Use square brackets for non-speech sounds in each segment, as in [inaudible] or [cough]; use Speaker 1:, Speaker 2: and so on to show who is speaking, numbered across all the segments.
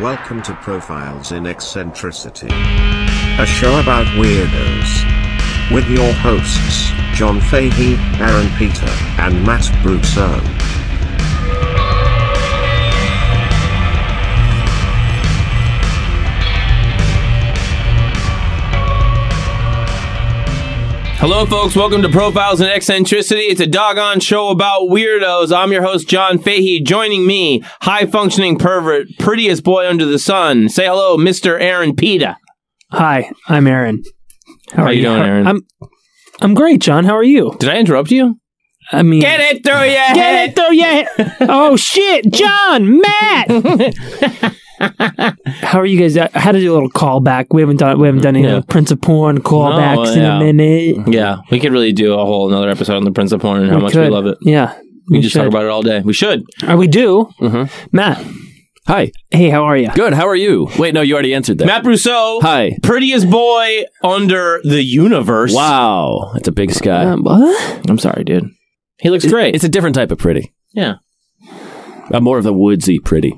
Speaker 1: Welcome to Profiles in Eccentricity, a show about weirdos. With your hosts, John Fahey, Aaron Peter, and Matt Brousseau.
Speaker 2: Hello, folks. Welcome to Profiles in Eccentricity. It's a doggone show about weirdos. I'm your host, John Fahey. Joining me, high functioning pervert, prettiest boy under the sun. Say hello, Mr. Aaron Pita.
Speaker 3: Hi, I'm Aaron.
Speaker 2: How you doing,
Speaker 3: How-
Speaker 2: Aaron?
Speaker 3: I'm I'm great, John. How are you?
Speaker 2: Did I interrupt you?
Speaker 3: I mean,
Speaker 2: Get it through your
Speaker 3: get
Speaker 2: head.
Speaker 3: it through your
Speaker 2: [laughs]
Speaker 3: head. Oh shit, John, Matt. How are you guys? I had to do a little callback. We haven't done we haven't done any
Speaker 2: Yeah.
Speaker 3: Prince of Porn callbacks
Speaker 2: No,
Speaker 3: in
Speaker 2: yeah.
Speaker 3: a minute.
Speaker 2: Yeah, we could really do a whole another episode on the Prince of Porn and [laughs] how much we
Speaker 3: could.
Speaker 2: love it.
Speaker 3: Yeah,
Speaker 2: We, just talk
Speaker 3: should.
Speaker 2: about it all day. We should.
Speaker 3: Uh, we do.
Speaker 2: Mhm.
Speaker 3: Matt,
Speaker 4: Hi.
Speaker 3: hey, how are you?
Speaker 4: Good. How are you? Wait, no, you already answered that.
Speaker 2: Matt Brousseau.
Speaker 4: Hi.
Speaker 2: Prettiest boy under the universe.
Speaker 4: Wow. That's a big sky.
Speaker 3: Um, what?
Speaker 2: I'm sorry, dude. He looks great.
Speaker 4: It's a different type of pretty.
Speaker 2: yeah.
Speaker 4: I'm more of the woodsy pretty.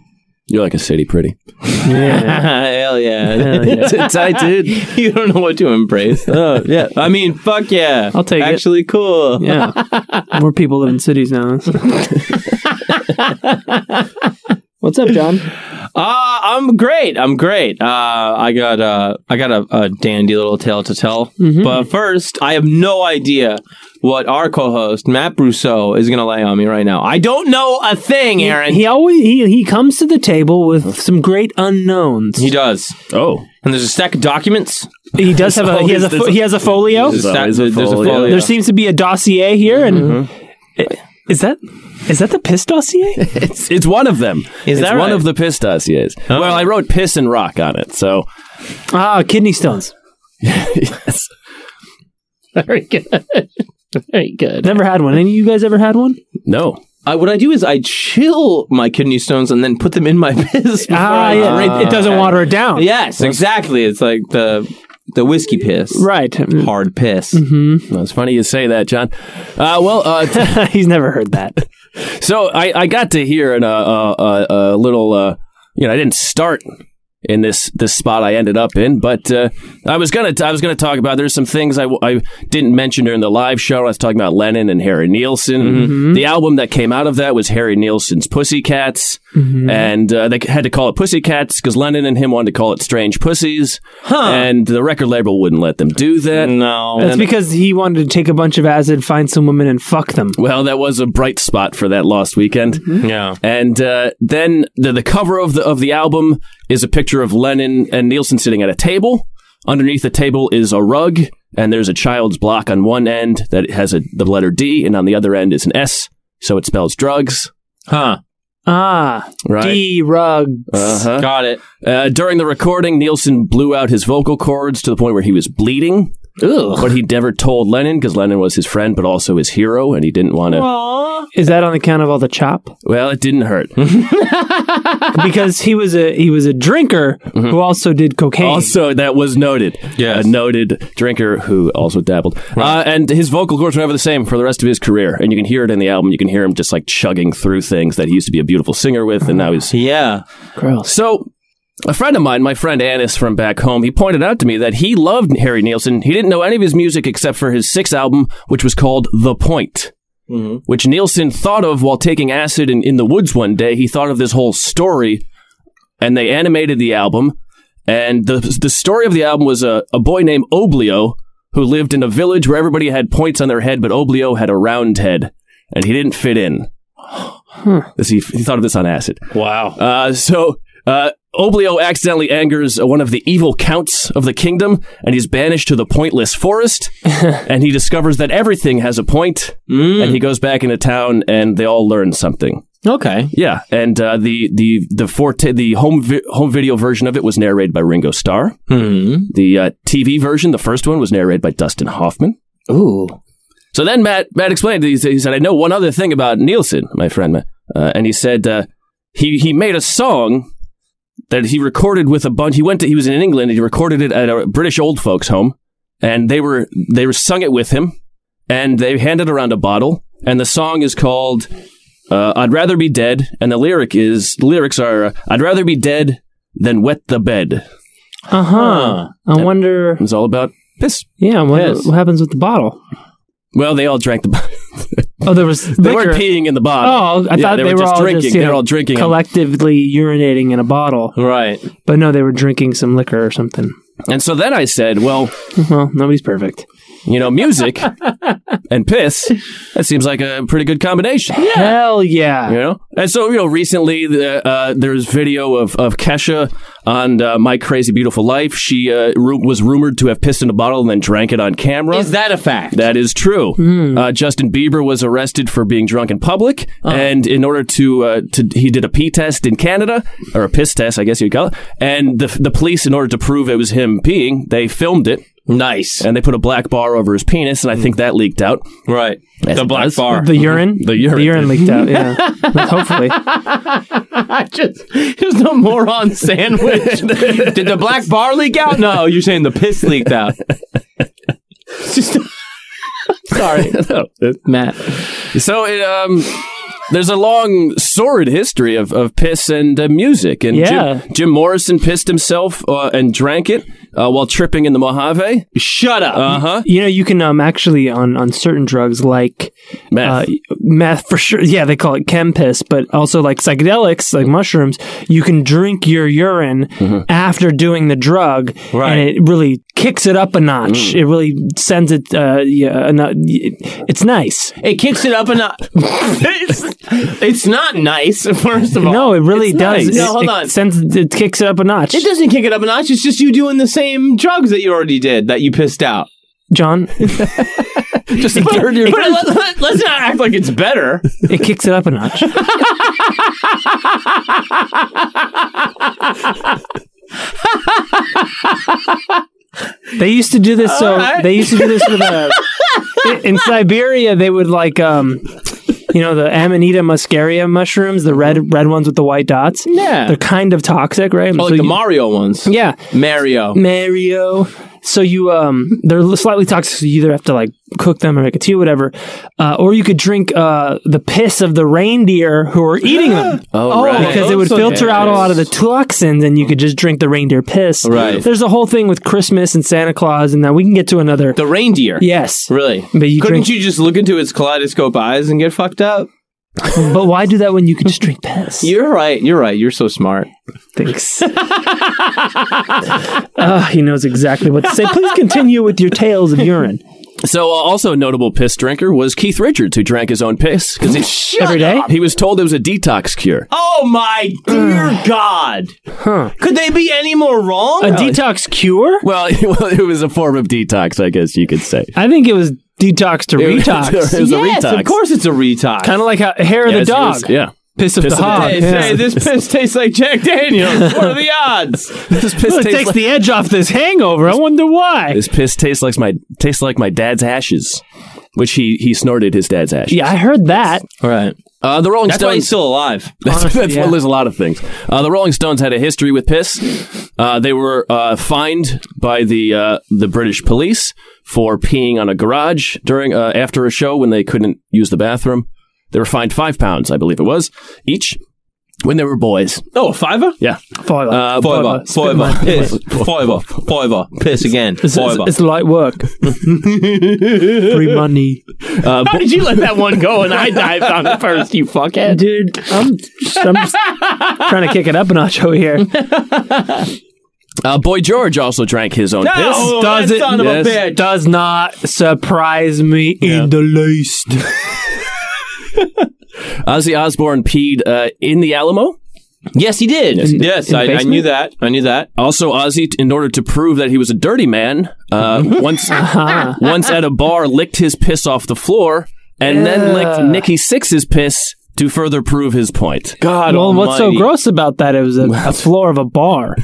Speaker 4: You're like a city pretty.
Speaker 2: [laughs] Hell [laughs] yeah. [laughs]
Speaker 4: it's a tight dude.
Speaker 2: you don't know what to embrace.
Speaker 4: Oh, yeah.
Speaker 2: I mean, fuck yeah.
Speaker 3: I'll take it.
Speaker 2: Actually, cool.
Speaker 3: Yeah, more people live in
Speaker 2: [laughs]
Speaker 3: cities now. What's up, John?
Speaker 2: Uh, I'm great. I'm great. Uh, I got uh, I got a, a dandy little tale to tell.
Speaker 3: Mm-hmm.
Speaker 2: But first, I have no idea what our co-host Matt Brousseau is going to lay on me right now. I don't know a thing, Aaron. He,
Speaker 3: He always he he comes to the table with some great unknowns.
Speaker 2: does.
Speaker 4: Oh.
Speaker 2: And there's a stack of documents.
Speaker 3: He does have a he has a
Speaker 4: always-
Speaker 3: fo- he has a folio.
Speaker 2: There's a
Speaker 4: There's
Speaker 2: stack-
Speaker 4: always a
Speaker 2: there's a
Speaker 4: folio.
Speaker 2: folio.
Speaker 3: There seems to be a dossier here, and I- is that is that the piss
Speaker 4: [laughs]
Speaker 3: dossier?
Speaker 4: It's it's one of them.
Speaker 2: Is
Speaker 4: it's
Speaker 2: that
Speaker 4: one
Speaker 2: right? Oh.
Speaker 4: of the piss dossiers. Well, I wrote piss and rock on
Speaker 2: [laughs]
Speaker 4: it, so
Speaker 3: ah, kidney stones.
Speaker 4: yes.
Speaker 3: Very good. Very good. Never had one. Any of you guys ever had one?
Speaker 4: No.
Speaker 2: Uh, what I do is I chill my kidney stones and then put them in my [laughs] piss. before
Speaker 3: Ah,
Speaker 2: I
Speaker 3: yeah.
Speaker 2: drink
Speaker 3: it, it doesn't water it down.
Speaker 2: Yes, exactly. It's like the the whiskey piss.
Speaker 3: Right. [laughs] Mm-hmm.
Speaker 2: Hard piss.
Speaker 4: No, It's funny you say that, John. Uh, well, uh,
Speaker 2: [laughs]
Speaker 4: t-
Speaker 3: He's never heard that.
Speaker 4: So I, I got to hear in a, a, a, a little, uh, you know, I didn't start in this this spot I ended up in, but uh, I was gonna I was gonna talk about. There's some things I, w- I didn't mention during the live show. I was talking about Lennon and Harry Nielsen. The album that came out of that was Harry Nielsen's Pussycats, and uh, they had to call it Pussycats because Lennon and him wanted to call it Strange Pussies, and the record label wouldn't let them do that.
Speaker 2: No.
Speaker 3: That's because he wanted to take a bunch of acid, find some women, and fuck them.
Speaker 4: Well, that was a bright spot for that lost weekend.
Speaker 2: Yeah.
Speaker 4: And uh, then the, the cover of the of the album is a picture of Lennon and Nielsen sitting at a table. Underneath the table is a rug, and there's a child's block on one end that has a, the letter D, and on the other end is an S, so it spells drugs.
Speaker 2: Huh.
Speaker 3: Ah,
Speaker 4: Right.
Speaker 3: D rugs.
Speaker 4: Uh-huh.
Speaker 2: Got it.
Speaker 4: Uh, during the recording, Nielsen blew out his vocal cords to the point where he was bleeding, but he never told Lennon because Lennon was his friend, but also his hero, and he didn't want to.
Speaker 3: Is that on the count of all the chop?
Speaker 4: Well, it didn't hurt.
Speaker 3: because he was a he was a drinker who also did cocaine.
Speaker 4: Mm-hmm. Also, that was noted.
Speaker 2: Yes.
Speaker 4: A noted drinker who also dabbled. Uh, and his vocal cords were never the same for the rest of his career. And you can hear it in the album. You can hear him just like chugging through things that he used to be a beautiful singer with, and now he's
Speaker 2: Yeah.
Speaker 3: Gross.
Speaker 4: so, a friend of mine, my friend Annis from back home, he pointed out to me that he loved Harry Nielsen. He didn't know any of his music except for his sixth album, which was called The Point, which Nielsen thought of while taking acid in, in the woods one day. He thought of this whole story, and they animated the album. And the, the story of the album was a, a boy named Oblio who lived in a village where everybody had points on their head, but Oblio had a round head, and he didn't fit in. This, he, he thought of this on acid.
Speaker 2: Wow.
Speaker 4: Uh, so uh, Oblio accidentally angers one of the evil counts of the kingdom, and he's banished to the pointless forest. and he discovers that everything has a point, and he goes back into town, and they all learn something.
Speaker 2: Okay.
Speaker 4: Yeah, and uh, the the the forte the home vi- home video version of it was narrated by Ringo Starr.
Speaker 2: Hmm.
Speaker 4: The uh, TV version, the first one, was narrated by Dustin Hoffman.
Speaker 2: Ooh.
Speaker 4: So then Matt Matt explained. He said, he said "I know one other thing about Nielsen, my friend." Uh, and he said uh, he he made a song that he recorded with a bunch. He went to he was in England. and He recorded it at a British old folks' home, and they were they were sung it with him, and they handed around a bottle. And the song is called uh, "I'd Rather Be Dead," and the lyric is the lyrics are uh, "I'd rather be dead then wet the bed.
Speaker 3: Uh huh.
Speaker 4: Uh-huh.
Speaker 2: Huh.
Speaker 3: I wonder.
Speaker 4: It's all about piss.
Speaker 3: Yeah, I wonder
Speaker 2: Yes.
Speaker 3: what happens with the bottle.
Speaker 4: Well, they all drank the. [laughs] bo-
Speaker 3: Oh, there was
Speaker 4: they
Speaker 3: liquor.
Speaker 4: weren't peeing in the bottle.
Speaker 3: Oh, I
Speaker 4: Yeah,
Speaker 3: thought
Speaker 4: they
Speaker 3: they,
Speaker 4: were
Speaker 3: were
Speaker 4: just
Speaker 3: all
Speaker 4: drinking.
Speaker 3: Just, you
Speaker 4: They were
Speaker 3: know,
Speaker 4: all drinking.
Speaker 3: collectively urinating in a bottle,
Speaker 2: Right.
Speaker 3: but no, they were drinking some liquor or something.
Speaker 4: And so then I said, well,
Speaker 3: Well, nobody's perfect.
Speaker 4: you know, music and piss. That seems like a pretty good combination.
Speaker 3: Hell yeah!
Speaker 4: You know, and so you know, recently the, uh, there's video of of Kesha on uh, My Crazy Beautiful Life. She uh, ru- was rumored to have pissed in a bottle and then drank it on camera.
Speaker 2: Is that a fact?
Speaker 4: That is true. Uh, Justin Bieber was arrested for being drunk in public, and in order to uh, to he did a pee test in Canada or a piss test, I guess you'd call it. And the the police, in order to prove it was him peeing, they filmed it
Speaker 2: nice.
Speaker 4: and they put a black bar over his penis, and I think that leaked out.
Speaker 2: Right.
Speaker 4: Yes,
Speaker 2: the
Speaker 4: it
Speaker 2: black
Speaker 3: [laughs]
Speaker 4: does.
Speaker 2: bar.
Speaker 3: The urine,
Speaker 4: The urine.
Speaker 3: leaked out.
Speaker 4: [laughs]
Speaker 3: Yeah, Like, hopefully.
Speaker 2: just, just a [laughs] moron sandwich. Did the black bar leak out? No, you're saying the piss leaked out. just,
Speaker 4: [laughs]
Speaker 2: sorry, Matt.
Speaker 4: So it, um, there's a long sordid history of, of piss and uh, music, and
Speaker 3: Yeah.
Speaker 4: Jim, Jim Morrison pissed himself uh, and drank it uh, while tripping in the Mojave.
Speaker 2: Shut up.
Speaker 4: Uh huh.
Speaker 3: You know, you can um actually on on certain drugs like uh,
Speaker 4: Meth.
Speaker 3: meth for sure. Yeah, they call it chem piss, but also like psychedelics,
Speaker 2: Mm-hmm.
Speaker 3: like mushrooms. You can drink your urine after doing the drug,
Speaker 2: Right. Mm.
Speaker 3: and it really kicks it up a notch. It really sends it. Uh, yeah, a no- it's nice.
Speaker 2: it kicks it up a notch. [laughs] it's, it's not nice. First of all,
Speaker 3: No, it really
Speaker 2: It's
Speaker 3: does.
Speaker 2: nice.
Speaker 3: It,
Speaker 2: No, hold
Speaker 3: it
Speaker 2: on.
Speaker 3: sends it kicks it up a notch.
Speaker 2: It doesn't kick it up a notch. It's just you doing the same drugs that you already did that you pissed out.
Speaker 3: John,
Speaker 4: Just a third
Speaker 2: [laughs] But let, let, let's not act like it's better.
Speaker 3: it kicks it up a notch. they used to do this. So
Speaker 2: Alright.
Speaker 3: they used to do this with uh, in Siberia. They would like um, you know, the Amanita muscaria mushrooms, the red red ones with the white dots.
Speaker 2: Yeah.
Speaker 3: they're kind of toxic, right?
Speaker 2: Oh, like
Speaker 3: So
Speaker 2: the
Speaker 3: you-
Speaker 2: Mario ones.
Speaker 3: yeah,
Speaker 2: Mario.
Speaker 3: Mario. So you um they're slightly toxic. So you either have to like cook them or make a tea, whatever, uh, or you could drink uh the piss of the reindeer who are eating
Speaker 2: [gasps]
Speaker 3: them.
Speaker 4: Oh, right.
Speaker 3: because it would
Speaker 2: those are
Speaker 3: filter out a lot of the
Speaker 2: dangerous.
Speaker 3: toxins, and you could just drink the reindeer piss.
Speaker 2: Right.
Speaker 3: There's a whole thing with Christmas and Santa Claus, and that we can get to another.
Speaker 2: The reindeer.
Speaker 3: yes.
Speaker 2: Really?
Speaker 3: But you
Speaker 2: Couldn't
Speaker 3: drink-
Speaker 2: you just look into its kaleidoscope eyes and get fucked up?
Speaker 3: But why do that when you can just drink piss?
Speaker 2: You're right. You're right. You're so smart.
Speaker 3: Thanks. [laughs] Ah, he knows exactly what to say. Please continue with your tales of
Speaker 2: [laughs]
Speaker 3: urine
Speaker 4: So, uh, also a notable piss drinker was Keith Richards, who drank his own piss because [laughs] he,
Speaker 3: every day.
Speaker 4: he was told it was a detox cure.
Speaker 2: Oh my
Speaker 3: [sighs]
Speaker 2: dear God!
Speaker 3: Huh.
Speaker 2: Could they be any more wrong?
Speaker 3: A detox cure?
Speaker 4: Well, [laughs] well, it was a form of detox, I guess you could say.
Speaker 3: I think it was detox to
Speaker 4: was- [laughs]
Speaker 3: retox.
Speaker 4: it was a
Speaker 2: yes,
Speaker 4: retox.
Speaker 2: of course it's a retox.
Speaker 3: kind of like how hair of
Speaker 4: Yes,
Speaker 3: the
Speaker 4: it
Speaker 3: dog.
Speaker 4: was- yeah.
Speaker 3: Piss of
Speaker 4: Piss
Speaker 3: the
Speaker 4: of the
Speaker 3: hog.
Speaker 2: Hey,
Speaker 3: yeah.
Speaker 2: say, this piss tastes like Jack Daniels. what
Speaker 3: [laughs]
Speaker 2: are the odds?
Speaker 4: [laughs] This piss
Speaker 3: Well, [laughs] it
Speaker 4: tastes
Speaker 3: takes
Speaker 4: like-
Speaker 3: the edge off this hangover. I wonder why.
Speaker 4: His piss tastes like my tastes like my dad's ashes, which he he snorted his dad's ashes.
Speaker 3: Yeah, I heard that.
Speaker 2: All right.
Speaker 4: Uh, the Rolling
Speaker 2: That's why he's
Speaker 4: Stones.
Speaker 2: still alive.
Speaker 4: [laughs] That's,
Speaker 3: Honestly,
Speaker 4: that's
Speaker 3: yeah.
Speaker 4: well, there's a lot of things. Uh, the Rolling Stones had a history with piss. Uh, they were uh, fined by the uh, the British police for peeing on a garage during uh, after a show when they couldn't use the bathroom. They were fined five pounds, I believe it was, each when they were boys.
Speaker 2: Oh, a fiver?
Speaker 4: Yeah,
Speaker 3: Foiler.
Speaker 4: Uh,
Speaker 2: Fiver. Fiver.
Speaker 4: [laughs]
Speaker 2: Piss. Fiver. Fiver. Piss again.
Speaker 3: It's, it's,
Speaker 2: Fiver.
Speaker 3: it's light
Speaker 4: [laughs]
Speaker 3: work. Free money.
Speaker 4: uh, bo-
Speaker 2: did you let that one go and I dived on it first, you fuckhead?
Speaker 3: Dude, I'm, I'm [laughs] just trying to kick it up a notch over [laughs] here.
Speaker 4: uh, Boy George also drank his own piss.
Speaker 2: Oh,
Speaker 3: does
Speaker 2: that
Speaker 3: it-
Speaker 2: son of
Speaker 4: yes.
Speaker 2: a bitch.
Speaker 3: Does not surprise me in the least.
Speaker 4: Ozzy Osbourne peed uh, in the Alamo.
Speaker 2: Yes, he did. Yes,
Speaker 3: In- in the
Speaker 2: I, I
Speaker 3: basement?
Speaker 2: knew that. I knew that.
Speaker 4: Also, Ozzy, t- in order to prove that he was a dirty man,
Speaker 2: [laughs]
Speaker 4: uh, once once at a bar, licked his piss off the floor, and then licked Nikki Six's piss to further prove his point.
Speaker 2: God
Speaker 3: well, what's so
Speaker 2: almighty.
Speaker 3: gross about that? It was a, a floor of
Speaker 2: [laughs]
Speaker 3: a bar.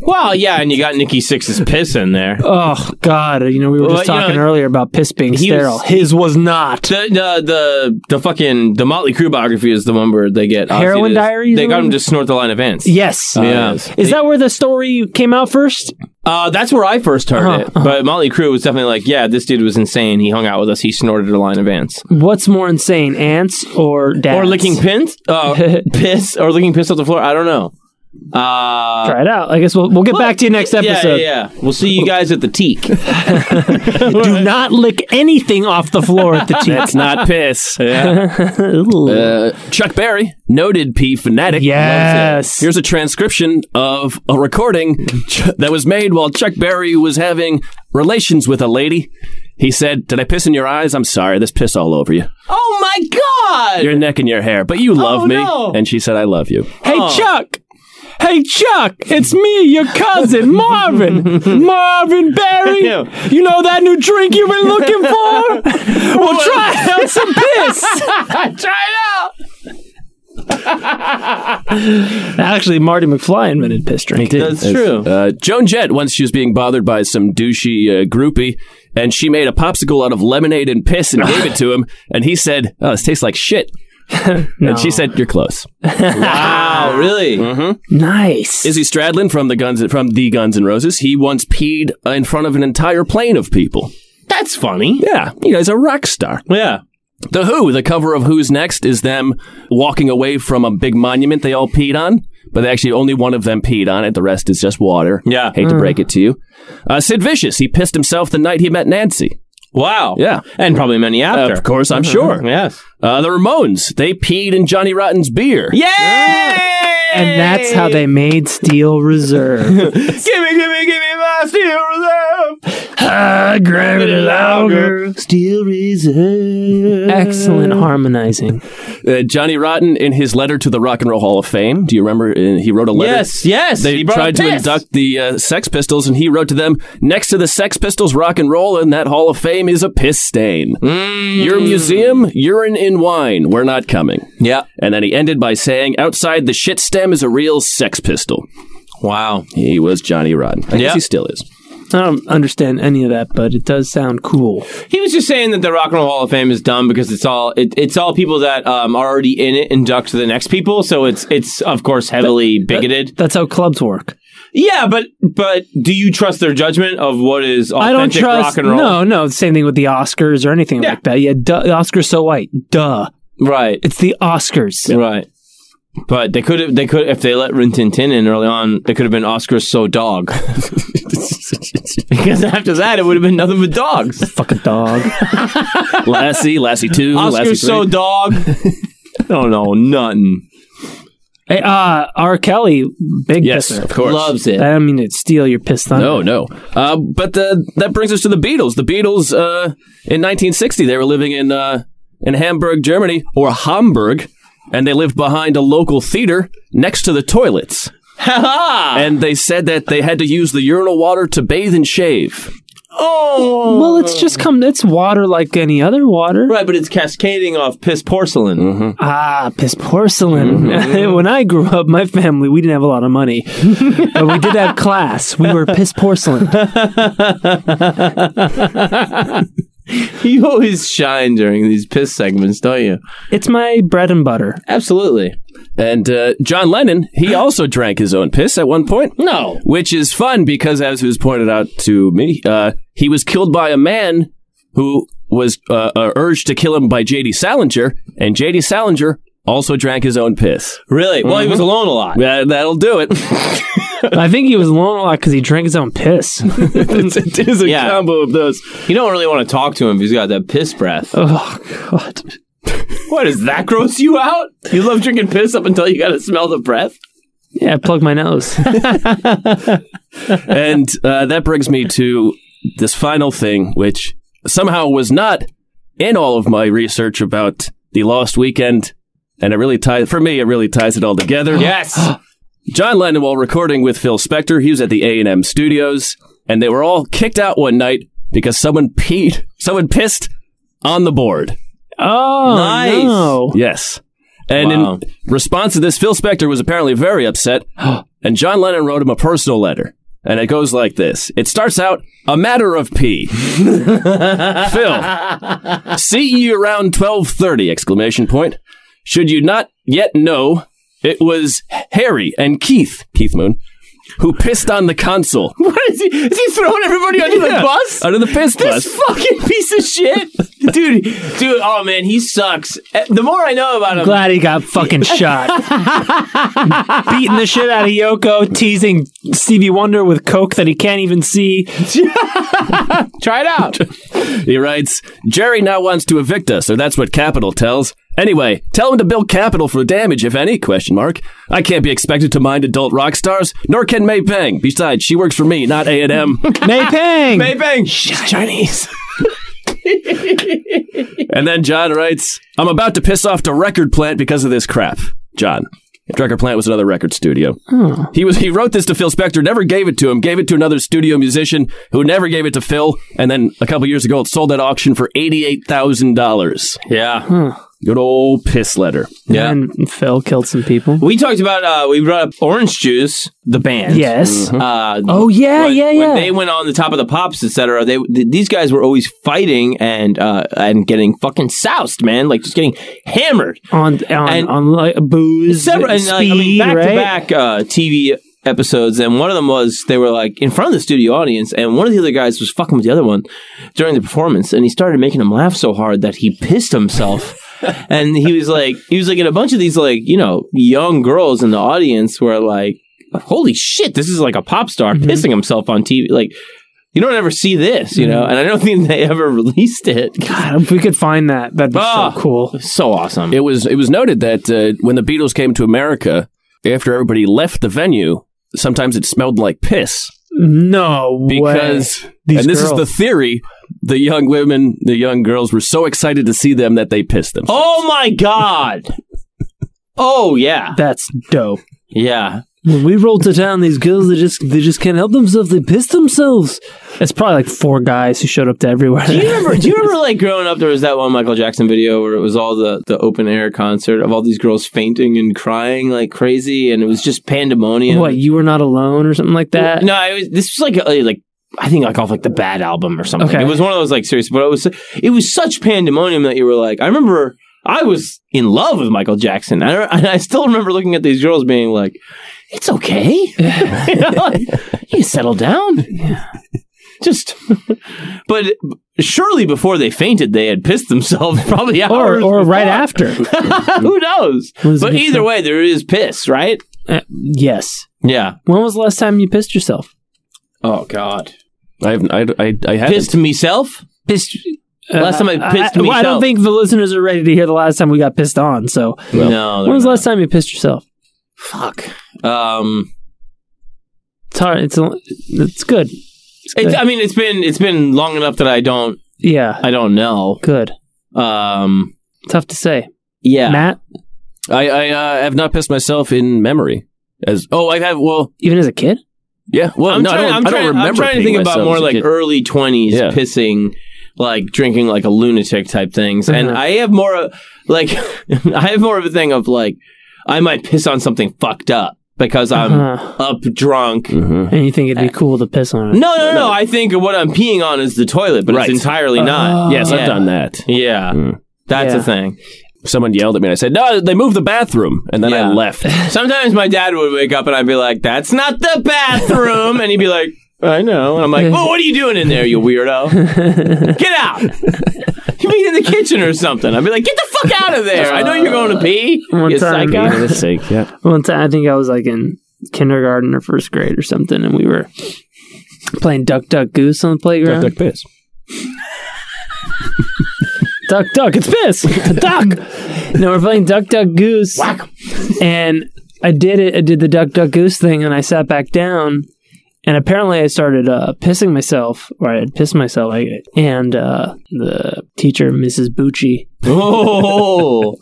Speaker 2: Well, yeah, and you got Nikki Six's piss in there.
Speaker 3: Oh God! You know we were just
Speaker 2: Well, you
Speaker 3: talking
Speaker 2: know,
Speaker 3: earlier about piss being
Speaker 2: he
Speaker 3: sterile.
Speaker 2: was-
Speaker 3: His was not.
Speaker 2: The, the the the fucking the Motley Crue biography is the one where they get Ozzy
Speaker 3: Heroin
Speaker 2: to-
Speaker 3: Diaries
Speaker 2: They
Speaker 3: or
Speaker 2: got
Speaker 3: whatever?
Speaker 2: him to snort the line of ants.
Speaker 3: Yes.
Speaker 2: Yeah.
Speaker 3: Is that where the story came out first?
Speaker 2: Uh, that's where I first heard
Speaker 3: Uh-huh,
Speaker 2: it. But Motley Crue was definitely like, yeah, this dude was insane. He hung out with us. He snorted a line of ants.
Speaker 3: What's more insane, ants or
Speaker 2: [laughs]
Speaker 3: dads?
Speaker 2: Or licking pins, uh, piss, or licking piss off the floor. I don't know. Uh,
Speaker 3: Try it out. I guess we'll we'll get back to you next
Speaker 2: yeah,
Speaker 3: episode.
Speaker 2: Yeah, yeah. We'll see you guys at the teak.
Speaker 3: Do not lick anything off the
Speaker 2: [laughs]
Speaker 3: floor at the
Speaker 4: That's not piss.
Speaker 3: team.
Speaker 4: Uh, Chuck Berry, noted P fanatic. loves it.
Speaker 3: Yes.
Speaker 4: Here's a transcription of a recording [laughs] ch- that was made while Chuck Berry was having relations with a lady. He said, Did I piss in your eyes? I'm sorry. There's piss all over you.
Speaker 2: [laughs] oh my god!
Speaker 4: Your neck and your hair, but you love
Speaker 2: Oh,
Speaker 4: me.
Speaker 2: no.
Speaker 4: And she said, I love you.
Speaker 3: Hey
Speaker 2: Oh.
Speaker 3: Chuck! Hey Chuck! It's me, your
Speaker 2: [laughs]
Speaker 3: cousin, Marvin! Marvin Barry!
Speaker 2: Yeah.
Speaker 3: You know that new drink you've been
Speaker 2: [laughs]
Speaker 3: looking for? Well, try out some piss!
Speaker 2: Try it out.
Speaker 3: [laughs] Actually, Marty McFly invented piss drink.
Speaker 2: That's true.
Speaker 4: Uh, Joan Jett, once she was being bothered by some douchey uh, groupie, and she made a popsicle out of lemonade and piss and gave it to him. And he said, Oh, this tastes like shit.
Speaker 2: [laughs]
Speaker 4: And she said, You're close.
Speaker 2: [laughs] Wow, really?
Speaker 3: Nice.
Speaker 4: Izzy Stradlin from the Guns from the Guns N' Roses. He once peed in front of an entire plane of people.
Speaker 2: That's funny.
Speaker 4: Yeah, you guys are rock star.
Speaker 2: Yeah.
Speaker 4: The Who, the cover of Who's Next, is them walking away from a big monument they all peed on, but actually only one of them peed on it. The rest is just water.
Speaker 2: Yeah.
Speaker 4: hate to break it to you. Uh, Sid Vicious, he pissed himself the night he met Nancy.
Speaker 2: Wow.
Speaker 4: Yeah.
Speaker 2: And probably many after.
Speaker 4: Of course,
Speaker 2: Mm-hmm.
Speaker 4: I'm sure.
Speaker 2: Yes.
Speaker 4: Uh, the Ramones, they peed in Johnny Rotten's beer.
Speaker 2: Yay!
Speaker 3: and that's how they made Steel
Speaker 2: [laughs]
Speaker 3: Reserve.
Speaker 2: Give me, give me, give me my steel reserve.
Speaker 3: High gravity lager, Steel Reserve. Excellent harmonizing.
Speaker 4: Uh, Johnny Rotten, in his letter to the Rock and Roll Hall of Fame, do you remember? Uh, he wrote a letter.
Speaker 2: Yes, yes.
Speaker 4: They
Speaker 2: he brought
Speaker 4: tried
Speaker 2: up
Speaker 4: to
Speaker 2: piss.
Speaker 4: induct the uh, Sex Pistols, and he wrote to them, "Next to the Sex Pistols, rock and roll in that Hall of Fame is a piss stain.
Speaker 2: Mm.
Speaker 4: Your museum, urine in wine. We're not coming."
Speaker 2: Yeah.
Speaker 4: And then he ended by saying, "Outside the shit stem is a real Sex Pistol."
Speaker 2: Wow.
Speaker 4: He was Johnny Rotten. I
Speaker 2: Yeah.
Speaker 4: guess he still is.
Speaker 3: I don't understand any of that, but it does sound cool.
Speaker 2: He was just saying that the Rock and Roll Hall of Fame is dumb because it's all it, it's all people that um, are already in it induct the next people, so it's it's of course heavily bigoted.
Speaker 3: That's how clubs work.
Speaker 2: Yeah, but but do you trust their judgment of what is authentic
Speaker 3: I don't
Speaker 2: rock
Speaker 3: trust.
Speaker 2: and roll?
Speaker 3: No, no. Same thing with the Oscars or anything
Speaker 2: Yeah.
Speaker 3: like that. Yeah, duh, the Oscars so white. Duh.
Speaker 2: Right,
Speaker 3: It's the Oscars.
Speaker 2: right. But they could have they could if they let Rintintin in early on, they could have been Oscars so dog. [laughs] because after that, it would have been nothing but dogs.
Speaker 3: Fucking
Speaker 2: [laughs]
Speaker 3: dog.
Speaker 4: Lassie, Lassie two, Lassie
Speaker 2: Oscars
Speaker 4: three.
Speaker 2: so [laughs] dog. No, no, nothing.
Speaker 3: hey, uh, R. Kelly, big
Speaker 4: yes,
Speaker 3: pisser.
Speaker 4: of course.
Speaker 2: Loves it.
Speaker 3: I don't mean to steal your piss thunder.
Speaker 4: No, no. Uh, but the, that brings us to the Beatles. The Beatles, uh, in 1960, they were living in uh, in Hamburg, Germany, or Hamburg, and they lived behind a local theater next to the toilets.
Speaker 2: Ah.
Speaker 4: And they said that they had to use the urinal water to bathe and shave.
Speaker 2: Oh,
Speaker 3: Well, it's just come. It's water like any other water.
Speaker 2: Right, but it's cascading off piss porcelain.
Speaker 3: Ah, piss porcelain.
Speaker 2: Mm-hmm.
Speaker 3: [laughs] when I grew up, my family we didn't have a lot
Speaker 2: [laughs]
Speaker 3: of money, but we did have class. We were piss porcelain.
Speaker 2: [laughs] You always shine during these piss segments, don't you?
Speaker 3: It's my bread and butter.
Speaker 2: Absolutely.
Speaker 4: And uh, John Lennon, he also drank his own piss at one point.
Speaker 2: No.
Speaker 4: which is fun because, as was pointed out to me, uh, he was killed by a man who was uh, uh, urged to kill him by J.D. Salinger, and J.D. Salinger also drank his own piss.
Speaker 2: Really? Well, he was alone a lot.
Speaker 4: That, that'll do it. [laughs]
Speaker 3: I think he was alone a lot because he drank his
Speaker 2: [laughs]
Speaker 3: own piss.
Speaker 4: it's, it is a
Speaker 2: Yeah.
Speaker 4: combo of those.
Speaker 2: You don't really want to talk to him if he's got that piss breath.
Speaker 3: Oh God!
Speaker 2: What, does that gross you out? [laughs] You love drinking piss up until you got to smell the breath?
Speaker 3: Yeah, I plugged
Speaker 2: [laughs]
Speaker 3: my nose.
Speaker 4: and uh, that brings me to this final thing, which somehow was not in all of my research about the Lost Weekend. And it really ties, for me, it really ties it all together.
Speaker 2: Yes.
Speaker 4: John Lennon, while recording with Phil Spector, he was at the A and M studios, and they were all kicked out one night because someone peed, someone pissed on the board.
Speaker 3: Oh,
Speaker 2: Nice.
Speaker 3: no.
Speaker 4: Yes, and
Speaker 2: Wow.
Speaker 4: in response to this, Phil Spector was apparently very upset, [gasps] and John Lennon wrote him a personal letter. And it goes like this. It starts out a matter
Speaker 2: [laughs]
Speaker 4: of pee. Phil, see you around twelve thirty! Exclamation point. Should you not yet know, it was Harry and Keith, Keith Moon, who pissed on the console.
Speaker 2: [laughs] What is he? Is he throwing everybody under
Speaker 4: Yeah,
Speaker 2: the bus?
Speaker 4: Under the piss
Speaker 2: this
Speaker 4: bus.
Speaker 2: fucking piece of shit,
Speaker 4: [laughs]
Speaker 2: dude. [gasps] Dude, oh man, he sucks. Eh, The more I know about him,
Speaker 3: Glad he got
Speaker 2: [laughs]
Speaker 3: fucking shot. Beating the shit out of Yoko, teasing Stevie Wonder with coke that he can't even see.
Speaker 2: try it out.
Speaker 4: [laughs] He writes, Jerry now wants to evict us, or that's what Capital tells. Anyway, tell him to bill Capital for damage, if any, question mark. I can't be expected to mind adult rock stars, nor can May Pang. Besides, she works for me, not A&M.
Speaker 2: [laughs] Ah,
Speaker 3: May Pang!
Speaker 2: Bang bang. She's Chinese.
Speaker 4: and then John writes, I'm about to piss off the record plant because of this crap. John. Record Plant was another record studio.
Speaker 2: Hmm.
Speaker 4: He was he wrote this to Phil Spector, never gave it to him, gave it to another studio musician who never gave it to Phil, and then a couple years ago it sold at auction for eighty eight thousand dollars.
Speaker 2: Yeah.
Speaker 3: Hmm,
Speaker 4: Good old piss letter.
Speaker 2: Yeah.
Speaker 3: And Phil killed some people.
Speaker 2: We talked about uh we brought up Orange Juice, the band.
Speaker 3: Yes.
Speaker 2: Uh
Speaker 3: Oh, yeah,
Speaker 2: when,
Speaker 3: yeah,
Speaker 2: when
Speaker 3: yeah.
Speaker 2: they went on the top of the pops, etc., they th- these guys were always fighting and uh, and getting fucking soused, man, like just getting hammered.
Speaker 3: on on,
Speaker 2: and-
Speaker 3: on like, booze,
Speaker 2: Several, and,
Speaker 3: speed,
Speaker 2: like, I mean, back
Speaker 3: right?
Speaker 2: to back uh, TV episodes, and one of them was they were like in front of the studio audience, and one of the other guys was fucking with the other one during the performance, and he started making him laugh so hard that he pissed
Speaker 3: [laughs]
Speaker 2: himself. and he was like, he was like, and a bunch of these like you know young girls in the audience were like, holy shit, this is like a pop star
Speaker 3: Mm-hmm.
Speaker 2: pissing himself on TV, like. You don't ever see this, you
Speaker 3: Mm-hmm.
Speaker 2: know, and I don't [laughs] think they ever released it.
Speaker 3: God, if we could find that, that'd be
Speaker 2: Ah.
Speaker 3: so cool.
Speaker 2: So awesome.
Speaker 4: It was it was noted that uh, when the Beatles came to America, after everybody left the venue, sometimes it smelled like piss
Speaker 3: No way.
Speaker 4: because
Speaker 3: These
Speaker 4: and this is
Speaker 3: girls.
Speaker 4: the theory the young women the young girls were so excited to see them that they pissed them.
Speaker 2: Oh my god.
Speaker 3: [laughs]
Speaker 2: Oh yeah.
Speaker 3: that's dope.
Speaker 2: Yeah.
Speaker 3: When we rolled to town, these girls they just they just can't help themselves. They piss themselves. It's probably like four guys who showed up to everywhere.
Speaker 2: Do you
Speaker 3: [laughs]
Speaker 2: remember do you remember like growing up there was that one Michael Jackson video where it was all the, the open air concert of all these girls fainting and crying like crazy and it was just pandemonium.
Speaker 3: what you were not alone or something like that?
Speaker 2: No, it was, this was like a, like I think like off like the bad album or something.
Speaker 3: Okay.
Speaker 2: It was one of those like serious, but it was it was such pandemonium that you were like I remember I was in love with Michael Jackson. I, don't- and I [laughs] still remember looking at these girls being like, "It's okay, [laughs] you, know, like, you settle down." Just, [laughs] but surely before they fainted, they had pissed themselves [laughs] probably
Speaker 3: Or,
Speaker 2: hours [laughs]
Speaker 3: or right
Speaker 2: before.
Speaker 3: after?
Speaker 2: Who knows?
Speaker 3: Was
Speaker 2: But
Speaker 3: it-
Speaker 2: either way, there is piss, right?
Speaker 3: Uh, yes.
Speaker 2: Yeah.
Speaker 3: When was the last time you pissed yourself?
Speaker 2: Oh God.
Speaker 4: I have I I, I haven't.
Speaker 2: Pissed myself.
Speaker 3: Pissed.
Speaker 2: Last time I pissed
Speaker 3: Uh, I, well, I
Speaker 2: myself.
Speaker 3: don't think the listeners are ready to hear the last time we got pissed on. So
Speaker 2: no.
Speaker 3: when was the last time you pissed yourself?
Speaker 2: Fuck. Um,
Speaker 3: It's hard. It's a- it's good.
Speaker 2: it's,
Speaker 3: good.
Speaker 2: I mean, it's been it's been long enough that I don't
Speaker 3: Yeah,
Speaker 2: I don't know.
Speaker 3: good.
Speaker 2: Um,
Speaker 3: Tough to say.
Speaker 2: yeah.
Speaker 3: Matt,
Speaker 4: I I uh, have not pissed myself in memory. As oh I have well
Speaker 3: even as a kid,
Speaker 4: yeah well
Speaker 2: I'm
Speaker 4: no
Speaker 2: trying,
Speaker 4: I don't,
Speaker 2: I'm
Speaker 4: I don't
Speaker 2: trying,
Speaker 4: remember.
Speaker 2: I'm trying to
Speaker 4: peeing
Speaker 2: think about
Speaker 4: myself
Speaker 2: more
Speaker 4: as a
Speaker 2: like
Speaker 4: kid.
Speaker 2: early 20s
Speaker 4: Yeah.
Speaker 2: pissing, like drinking like a lunatic type things. And
Speaker 3: Uh-huh.
Speaker 2: I have more uh, like [laughs] I have more of a thing of like I might piss on something fucked up because I'm
Speaker 3: Uh-huh.
Speaker 2: up drunk.
Speaker 4: Mm-hmm.
Speaker 3: and you think it'd be cool to piss on it.
Speaker 2: No, no, no. I think what I'm peeing on is the toilet, but
Speaker 4: Right. Oh.
Speaker 2: it's entirely not.
Speaker 4: yes
Speaker 2: Yeah.
Speaker 4: I've done that. Mm.
Speaker 2: Yeah. That's a
Speaker 3: Yeah.
Speaker 2: thing.
Speaker 4: Someone yelled at me and I said no they moved the bathroom and then
Speaker 2: Yeah. [laughs]
Speaker 4: I left.
Speaker 2: Sometimes my dad would wake up and I'd be like, "That's not the bathroom," and he'd be like, "I know." And I'm like, "Well, what are you doing in there, you weirdo? Get out! You mean in the kitchen or something?" I'd be like, "Get the fuck out of there! I know you're going to pee,
Speaker 3: One
Speaker 2: you
Speaker 3: time-
Speaker 2: psycho."
Speaker 4: For the sake, yeah.
Speaker 3: One time, I think I was like in kindergarten or first grade or something, and we were playing Duck Duck Goose on the playground.
Speaker 4: Duck, duck, piss.
Speaker 3: duck, duck, it's
Speaker 4: [laughs]
Speaker 3: piss. duck. [laughs] No, we're playing duck, duck, goose. And I did it. I did the duck, duck, goose thing, and I sat back down. And apparently, I started uh, pissing myself, or I had pissed myself. I, and uh, the teacher, Mrs. Bucci,
Speaker 2: [laughs] Oh,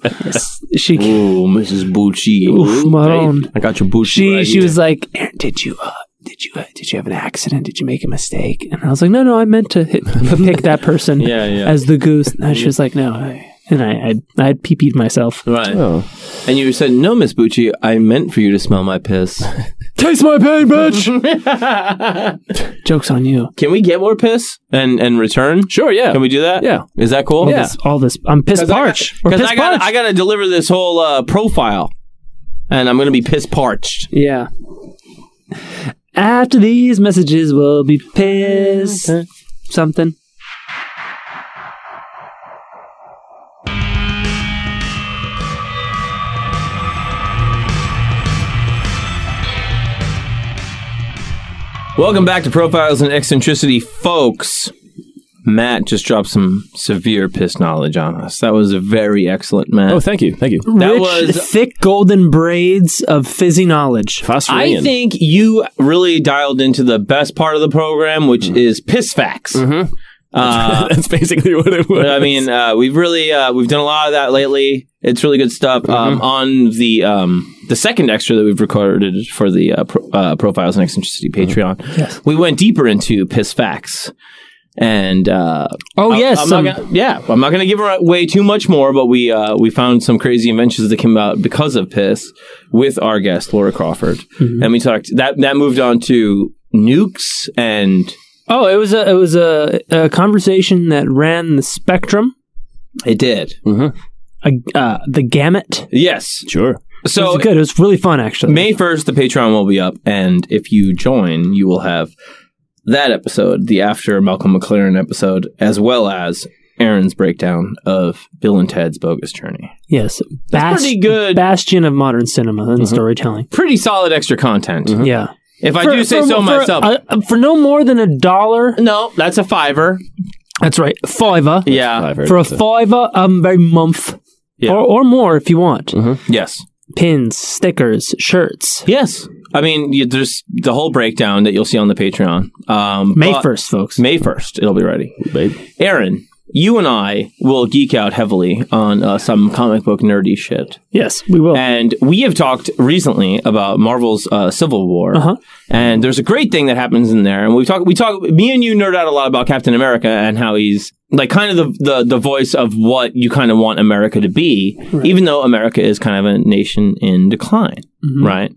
Speaker 3: she
Speaker 2: Ooh, Mrs. Bucci.
Speaker 3: Oof, Marone.
Speaker 2: I got your Bucci.
Speaker 3: she
Speaker 2: right
Speaker 3: she
Speaker 2: here.
Speaker 3: was like, "Aaron, did you uh, did you uh, did you have an accident? Did you make a mistake?" And I was like, "No, no, I meant to hit, [laughs] pick that person
Speaker 2: [laughs] Yeah, yeah.
Speaker 3: as the goose." And she was like, "No," I, and I I I had pee peed myself.
Speaker 2: right,
Speaker 3: Oh.
Speaker 2: and you said, "No, Miss Bucci, I meant for you to smell my
Speaker 3: [laughs]
Speaker 2: piss."
Speaker 3: Taste my pain, bitch. Jokes on you.
Speaker 2: Can we get more piss and and return?
Speaker 4: Sure, yeah.
Speaker 2: Can we do that?
Speaker 4: Yeah.
Speaker 2: Is that cool?
Speaker 3: All this, all this. I'm piss parched. We're
Speaker 2: Because
Speaker 3: piss
Speaker 2: I got
Speaker 3: parched.
Speaker 2: I got to deliver this whole uh, profile, and I'm gonna be piss parched.
Speaker 3: yeah. After these messages, we'll be pissed. Something.
Speaker 2: Welcome back to Profiles in Eccentricity, folks. Matt just dropped some severe piss knowledge on us. That was very excellent, Matt.
Speaker 4: Oh, thank you, thank you.
Speaker 2: That
Speaker 3: Rich,
Speaker 2: was-
Speaker 3: thick golden braids of fizzy knowledge.
Speaker 4: Phosphorian.
Speaker 2: I think you really dialed into the best part of the program, which
Speaker 3: Mm.
Speaker 2: is piss facts.
Speaker 3: Mm-hmm.
Speaker 4: Mhm.
Speaker 2: Uh,
Speaker 4: [laughs] that's basically what it was.
Speaker 2: But I mean, uh, we've really uh, we've done a lot of that lately. It's really good stuff. Um, on the um, the second extra that we've recorded for the uh, pro- uh, profiles and eccentricity Patreon,
Speaker 3: Yes.
Speaker 2: we went deeper into piss facts. And uh,
Speaker 3: Oh,
Speaker 2: I-
Speaker 3: yes.
Speaker 2: I'm
Speaker 3: some-
Speaker 2: not gonna, yeah, I'm not going to give away too much more. But we uh, we found some crazy inventions that came out because of piss with our guest Laura Crawford, and we talked that that moved on to nukes and
Speaker 3: oh, it was a it was a, a conversation that ran the spectrum,
Speaker 2: it did
Speaker 3: uh, uh, the gamut.
Speaker 2: yes.
Speaker 4: sure.
Speaker 3: It
Speaker 2: So
Speaker 3: was good. It was really fun, actually.
Speaker 2: May 1st, the Patreon will be up, and if you join, you will have that episode, the after Malcolm McLaren episode, as well as Aaron's breakdown of Bill and Ted's bogus journey.
Speaker 3: yes,
Speaker 2: That's pretty good.
Speaker 3: bastion of modern cinema and storytelling.
Speaker 2: Pretty solid extra content.
Speaker 3: Yeah,
Speaker 2: If I
Speaker 3: Mm-hmm. For-
Speaker 2: do say
Speaker 3: for-
Speaker 2: so
Speaker 3: for-
Speaker 2: myself.
Speaker 3: uh, for no more than a dollar.
Speaker 2: no, that's a fiver.
Speaker 3: That's right, fiver.
Speaker 2: Yeah.
Speaker 4: heard
Speaker 3: for a
Speaker 4: it's
Speaker 3: fiver um, a month,
Speaker 2: Yeah.
Speaker 3: or or more if you want.
Speaker 2: Yes.
Speaker 3: Pins, stickers, shirts.
Speaker 2: Yes. I mean, you, there's the whole breakdown that you'll see on the Patreon. Um,
Speaker 3: May
Speaker 2: but-
Speaker 3: first, folks.
Speaker 2: May 1st, it'll be ready.
Speaker 4: babe.
Speaker 2: Aaron, you and I will geek out heavily on uh, some comic book nerdy shit.
Speaker 3: yes, we will.
Speaker 2: And we have talked recently about Marvel's uh, Civil War,
Speaker 3: Uh-huh.
Speaker 2: and there's a great thing that happens in there. And we talk, we talk, me and you nerd out a lot about Captain America and how he's like kind of the the, the voice of what you kind of want America to be, even though America is kind of a nation in decline,
Speaker 3: Mm-hmm.
Speaker 2: right?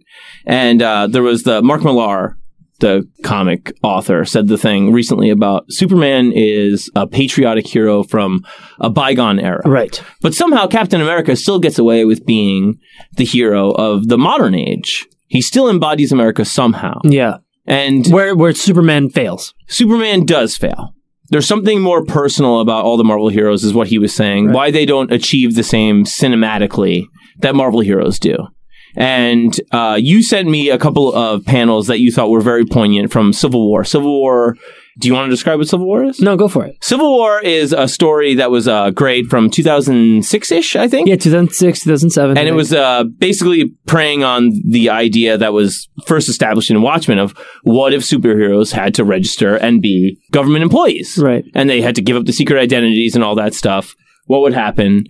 Speaker 2: And uh, there was the Mark Millar. The comic author said the thing recently about Superman is a patriotic hero from a bygone era.
Speaker 3: right.
Speaker 2: But somehow Captain America still gets away with being the hero of the modern age. He still embodies America somehow.
Speaker 3: Yeah.
Speaker 2: And
Speaker 3: Where where Superman fails.
Speaker 2: Superman does fail. There's something more personal about all the Marvel heroes, is what he was saying. Why they don't achieve the same cinematically that Marvel heroes do. And uh, you sent me a couple of panels that you thought were very poignant from Civil War. Civil War. Do you want to describe what Civil War is?
Speaker 3: No, go for it.
Speaker 2: Civil War is a story that was uh, great from 2006 ish, I think.
Speaker 3: Yeah, 2006, 2007.
Speaker 2: And it was uh, basically preying on the idea that was first established in Watchmen of what if superheroes had to register and be government employees?
Speaker 3: Right.
Speaker 2: And they had to give up the secret identities and all that stuff. What would happen?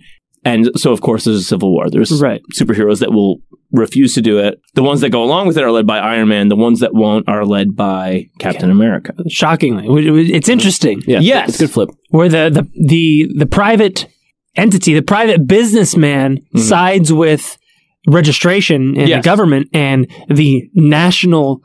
Speaker 2: And so, of course, there's a civil war. There's
Speaker 3: Right.
Speaker 2: superheroes that will refuse to do it. The ones that go along with it are led by Iron Man. The ones that won't are led by Captain America.
Speaker 3: Shockingly. It- it- It's interesting.
Speaker 4: Yeah,
Speaker 2: Yes.
Speaker 4: it's a good flip.
Speaker 3: Where the, the, the, the private entity, the private businessman sides with registration and the
Speaker 2: Hmm. Yes.
Speaker 3: government and the national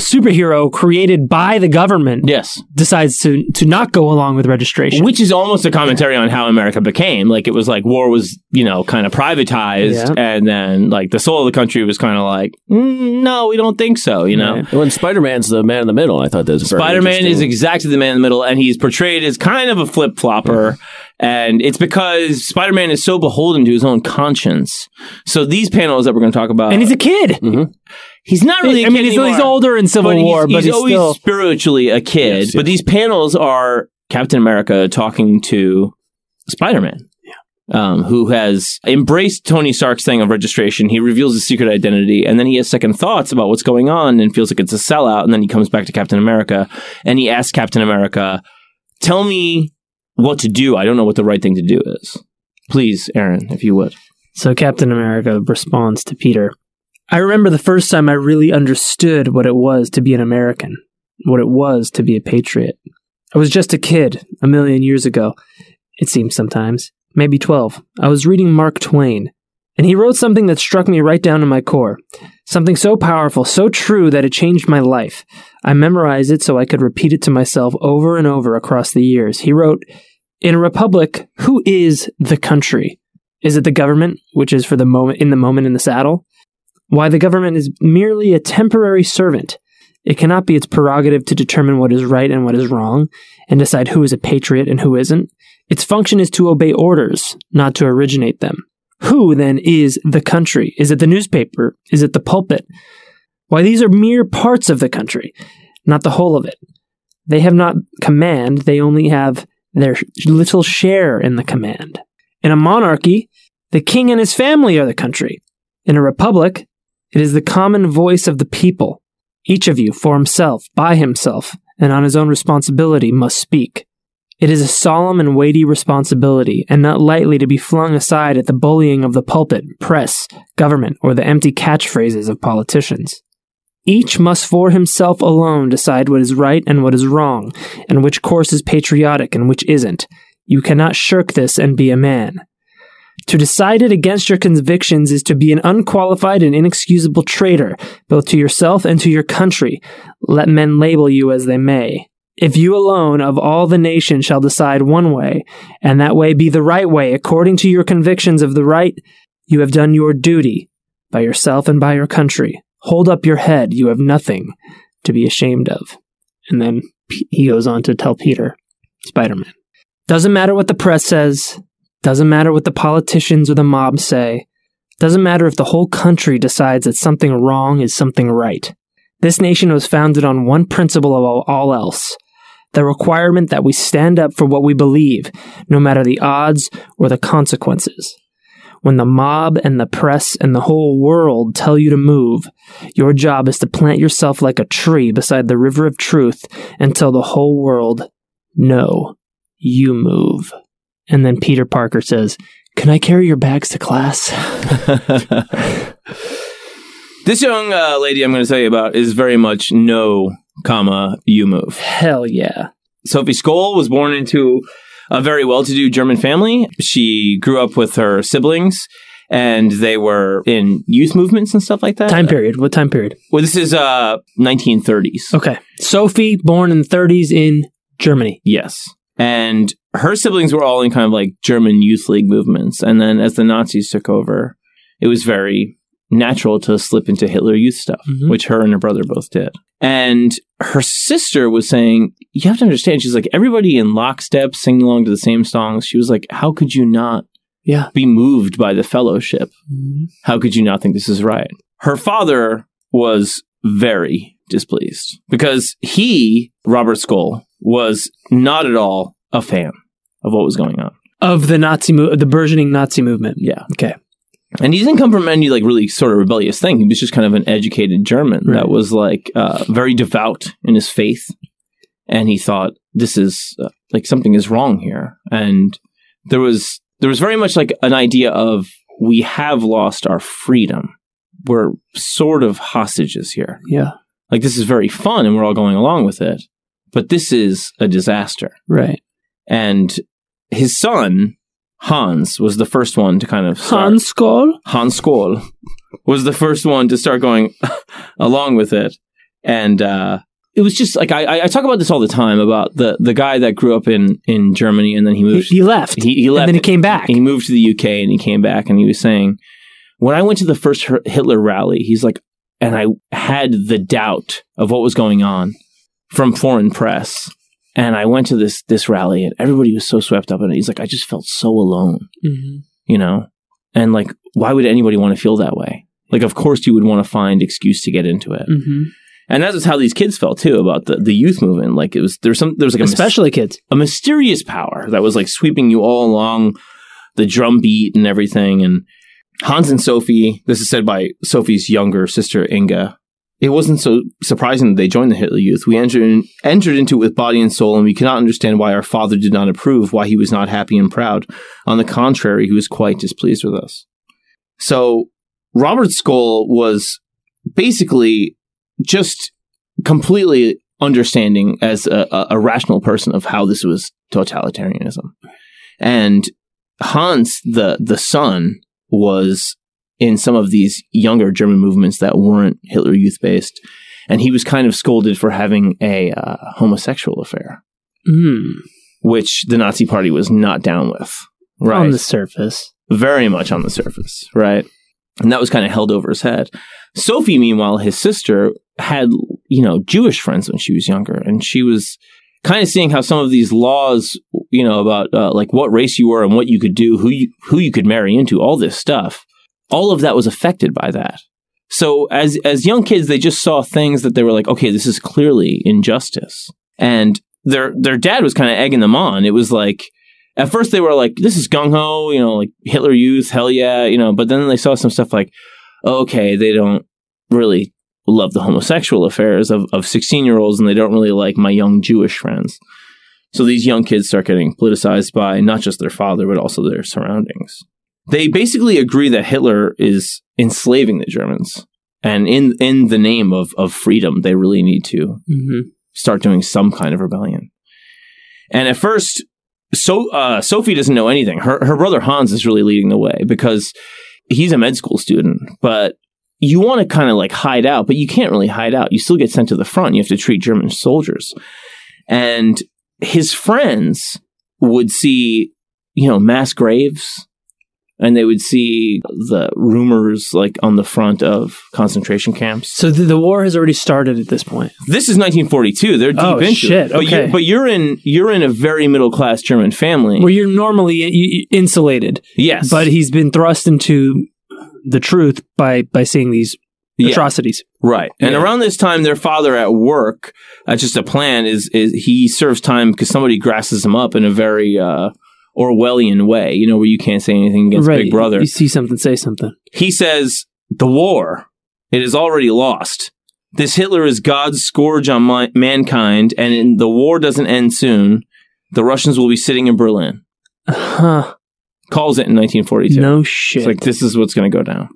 Speaker 3: superhero created by the government
Speaker 2: Yes.
Speaker 3: decides to, to not go along with registration.
Speaker 2: Which is almost a commentary on how America became. Like it was like war was, you know, kind of privatized,
Speaker 3: Yeah.
Speaker 2: and then like the soul of the country was kind of like, mm, no, we don't think so. You know,
Speaker 3: Right.
Speaker 4: Well, and Spider Man's the man in the middle. I thought that was very
Speaker 2: Spider Man is
Speaker 4: interesting.
Speaker 2: exactly the man in the middle, and he's portrayed as kind of a flip flopper. And it's because Spider Man is so beholden to his own conscience. So these panels that we're going to talk about,
Speaker 3: and he's a kid.
Speaker 2: he's not really. a
Speaker 3: I mean,
Speaker 2: kid
Speaker 3: he's, he's
Speaker 2: anymore.
Speaker 3: older in Civil
Speaker 2: but he's-
Speaker 3: War,
Speaker 2: he's,
Speaker 3: but he's
Speaker 2: always
Speaker 3: still
Speaker 2: spiritually a kid.
Speaker 4: Yes,
Speaker 2: But
Speaker 4: yes.
Speaker 2: these panels are Captain America talking to Spider Man. Um, who has embraced Tony Stark's thing of registration? He reveals his secret identity, and then he has second thoughts about what's going on, and feels like it's a sellout. And then he comes back to Captain America, and he asks Captain America, "Tell me what to do. I don't know what the right thing to do is. Please, Aaron, if you would."
Speaker 3: So Captain America responds to Peter I remember the first time I really understood what it was to be an American, what it was to be a patriot. I was just a kid a million years ago, it seems sometimes, maybe 12. I was reading Mark Twain, and he wrote something that struck me right down to my core. Something so powerful, so true that it changed my life. I memorized it so I could repeat it to myself over and over across the years. He wrote, In a republic, who is the country? Is it the government, which is for the moment in the moment in the saddle? Why the government is merely a temporary servant. It cannot be its prerogative to determine what is right and what is wrong, and decide who is a patriot and who isn't. Its function is to obey orders, not to originate them. Who, then, is the country? Is it the newspaper? Is it the pulpit? Why, these are mere parts of the country, not the whole of it. They have not command, they only have their little share in the command. In a monarchy, the king and his family are the country. In a republic, it is the common voice of the people. Each of you, for himself, by himself, and on his own responsibility, must speak. It is a solemn and weighty responsibility, and not lightly to be flung aside at the bullying of the pulpit, press, government, or the empty catchphrases of politicians. Each must for himself alone decide what is right and what is wrong, and which course is patriotic and which isn't. You cannot shirk this and be a man. To decide it against your convictions is to be an unqualified and inexcusable traitor, both to yourself and to your country, let men label you as they may. If you alone of all the nation shall decide one way, and that way be the right way according to your convictions of the right, you have done your duty by yourself and by your country. Hold up your head, you have nothing to be ashamed of. And then P- he goes on to tell Peter, Spider Man. Doesn't matter what the press says, doesn't matter what the politicians or the mob say. Doesn't matter if the whole country decides that something wrong is something right. This nation was founded on one principle above all else the requirement that we stand up for what we believe, no matter the odds or the consequences. When the mob and the press and the whole world tell you to move, your job is to plant yourself like a tree beside the river of truth and tell the whole world, no, you move. And then Peter Parker says, Can I carry your bags to class?
Speaker 2: This young uh, lady I'm going to tell you about is very much no, comma, you move.
Speaker 3: Hell yeah.
Speaker 2: Sophie Skoll was born into a very well to do German family. She grew up with her siblings and they were in youth movements and stuff like that.
Speaker 3: Time period. What time period?
Speaker 2: Well, this is uh 1930s.
Speaker 3: Okay. Sophie, born in the 30s in Germany.
Speaker 2: Yes. And her siblings were all in kind of like German youth league movements. And then as the Nazis took over, it was very natural to slip into Hitler youth stuff,
Speaker 3: Mhm.
Speaker 2: which her and her brother both did. And her sister was saying, You have to understand, she's like, everybody in lockstep singing along to the same songs. She was like, How could you not
Speaker 3: Yeah.
Speaker 2: be moved by the fellowship?
Speaker 3: Mm-hmm.
Speaker 2: How could you not think this is right? Her father was very displeased because he, Robert Skoll, was not at all a fan of what was going on.
Speaker 3: Of the Nazi move, the burgeoning Nazi movement.
Speaker 2: Yeah.
Speaker 3: Okay.
Speaker 2: And he didn't come from any like really sort of rebellious thing. He was just kind of an educated German
Speaker 3: Right.
Speaker 2: that was like uh, very devout in his faith, and he thought this is uh, like something is wrong here. And there was there was very much like an idea of we have lost our freedom. We're sort of hostages here.
Speaker 3: Yeah.
Speaker 2: Like this is very fun, and we're all going along with it, but this is a disaster
Speaker 3: Right.
Speaker 2: and his son Hans was the first one to kind of start,
Speaker 3: Hans Skoll?
Speaker 2: Hans Skoll was the first one to start going [laughs] along with it, and uh, it was just like I- I, I talk about this all the time about the the guy that grew up in in Germany and then he
Speaker 3: He,
Speaker 2: moved
Speaker 3: he left.
Speaker 2: he, he left
Speaker 3: And then he came back.
Speaker 2: and he moved to the UK and he came back and he was saying, when I went to the first Her- Hitler rally, he's like, and I had the doubt of what was going on from foreign press. And I went to this this rally and everybody was so swept up in it. He's like, I just felt so alone,
Speaker 3: Mhm.
Speaker 2: you know? And like, why would anybody want to feel that way? Like, of course you would want to find excuse to get into it.
Speaker 3: Mhm.
Speaker 2: And that was how these kids felt too about the, the youth movement. Like it was, there was some, there was like a mys-
Speaker 3: Especially kids.
Speaker 2: a mysterious power that was like sweeping you all along the drum beat and everything. And Hans and Sophie, this is said by Sophie's younger sister, Inga. It wasn't so surprising that they joined the Hitler Youth. We entered, in, entered into it with body and soul, and we cannot understand why our father did not approve, why he was not happy and proud. On the contrary, he was quite displeased with us. So, Robert Skoll was basically just completely understanding as a, a, a rational person of how this was totalitarianism. And Hans, the the son, was in some of these younger German movements that weren't Hitler Youth based, and he was kind of scolded for having a uh, homosexual affair,
Speaker 3: Mm.
Speaker 2: which the Nazi Party was not down with. Right
Speaker 3: On the surface.
Speaker 2: very much on the surface, right? And that was kind of held over his head. Sophie, meanwhile, his sister, had you know, Jewish friends when she was younger, and she was kind of seeing how some of these laws, you know, about uh, like what race you were and what you could do, who you, who you could marry into, all this stuff, all of that was affected by that. So as as young kids, they just saw things that they were like, okay, this is clearly injustice, and their their dad was kind of egging them on. It was like. At first, they were like, "This is gung ho," you know, like Hitler Youth, hell yeah, you know. But then they saw some stuff like, "Okay, they don't really love the homosexual affairs of, of 16 year olds and they don't really like my young Jewish friends. So these young kids start getting politicized by not just their father, but also their surroundings. They basically agree that Hitler is enslaving the Germans. And in, in the name of, of freedom, they really need to
Speaker 3: Mm-hmm.
Speaker 2: start doing some kind of rebellion. And at first, so uh, Sophie doesn't know anything. Her her brother Hans is really leading the way because he's a med school student, but you want to kind of like hide out, but you can't really hide out. You still get sent to the front. You have to treat German soldiers. And his friends would see, you know, mass graves and they would see the rumors like on the front of concentration camps
Speaker 3: So the, the war has already started at this point.
Speaker 2: this is 1942. They're deep
Speaker 3: Oh,
Speaker 2: into
Speaker 3: shit.
Speaker 2: it. But,
Speaker 3: Okay.
Speaker 2: you're, but you're in you're in a very middle class German family.
Speaker 3: Where you're normally i- i- insulated,
Speaker 2: yes,
Speaker 3: but he's been thrust into the truth by by seeing these
Speaker 2: Yeah.
Speaker 3: atrocities.
Speaker 2: right. And
Speaker 4: Yeah.
Speaker 2: around this time, their father at work, uh, just a plan is is he serves time because somebody grasses him up in a very uh, Orwellian way. You know where you can't say anything against Big Brother.
Speaker 3: You see something, say something.
Speaker 2: he says the war it is already lost this hitler is god's scourge on my- mankind and in- the war doesn't end soon the russians will be sitting in berlin [laughs]
Speaker 3: Huh?
Speaker 2: calls it in 1942
Speaker 3: No shit.
Speaker 2: it's like this is what's going to go down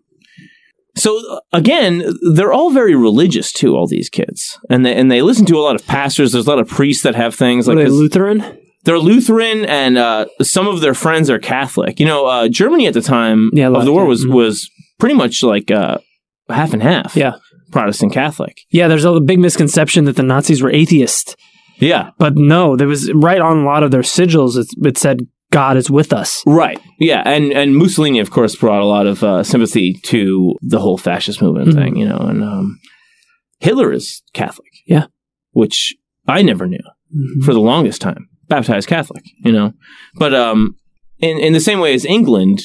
Speaker 2: so uh, again they're all very religious too all these kids and they and they listen to a lot of pastors there's a lot of priests that have things like
Speaker 3: Were they
Speaker 2: 'cause
Speaker 3: Lutheran?
Speaker 2: they're Lutheran, and uh, some of their friends are Catholic. You know, uh, Germany at the time
Speaker 3: Yeah,
Speaker 2: of
Speaker 3: left,
Speaker 2: the war
Speaker 3: yeah.
Speaker 2: was
Speaker 3: Mhm.
Speaker 2: was pretty much like uh, half and half.
Speaker 3: Yeah.
Speaker 2: Protestant Catholic.
Speaker 3: Yeah, there's a big misconception that the Nazis were atheists.
Speaker 2: Yeah,
Speaker 3: But no, there was right on a lot of their sigils. It, it said God is with us.
Speaker 2: right. Yeah, and and Mussolini, of course, brought a lot of uh, sympathy to the whole fascist movement
Speaker 3: Mhm.
Speaker 2: thing. You know, and um, Hitler is Catholic.
Speaker 3: Yeah.
Speaker 2: which I never knew. for the longest time, baptized Catholic, you know. But um, in in the same way as England,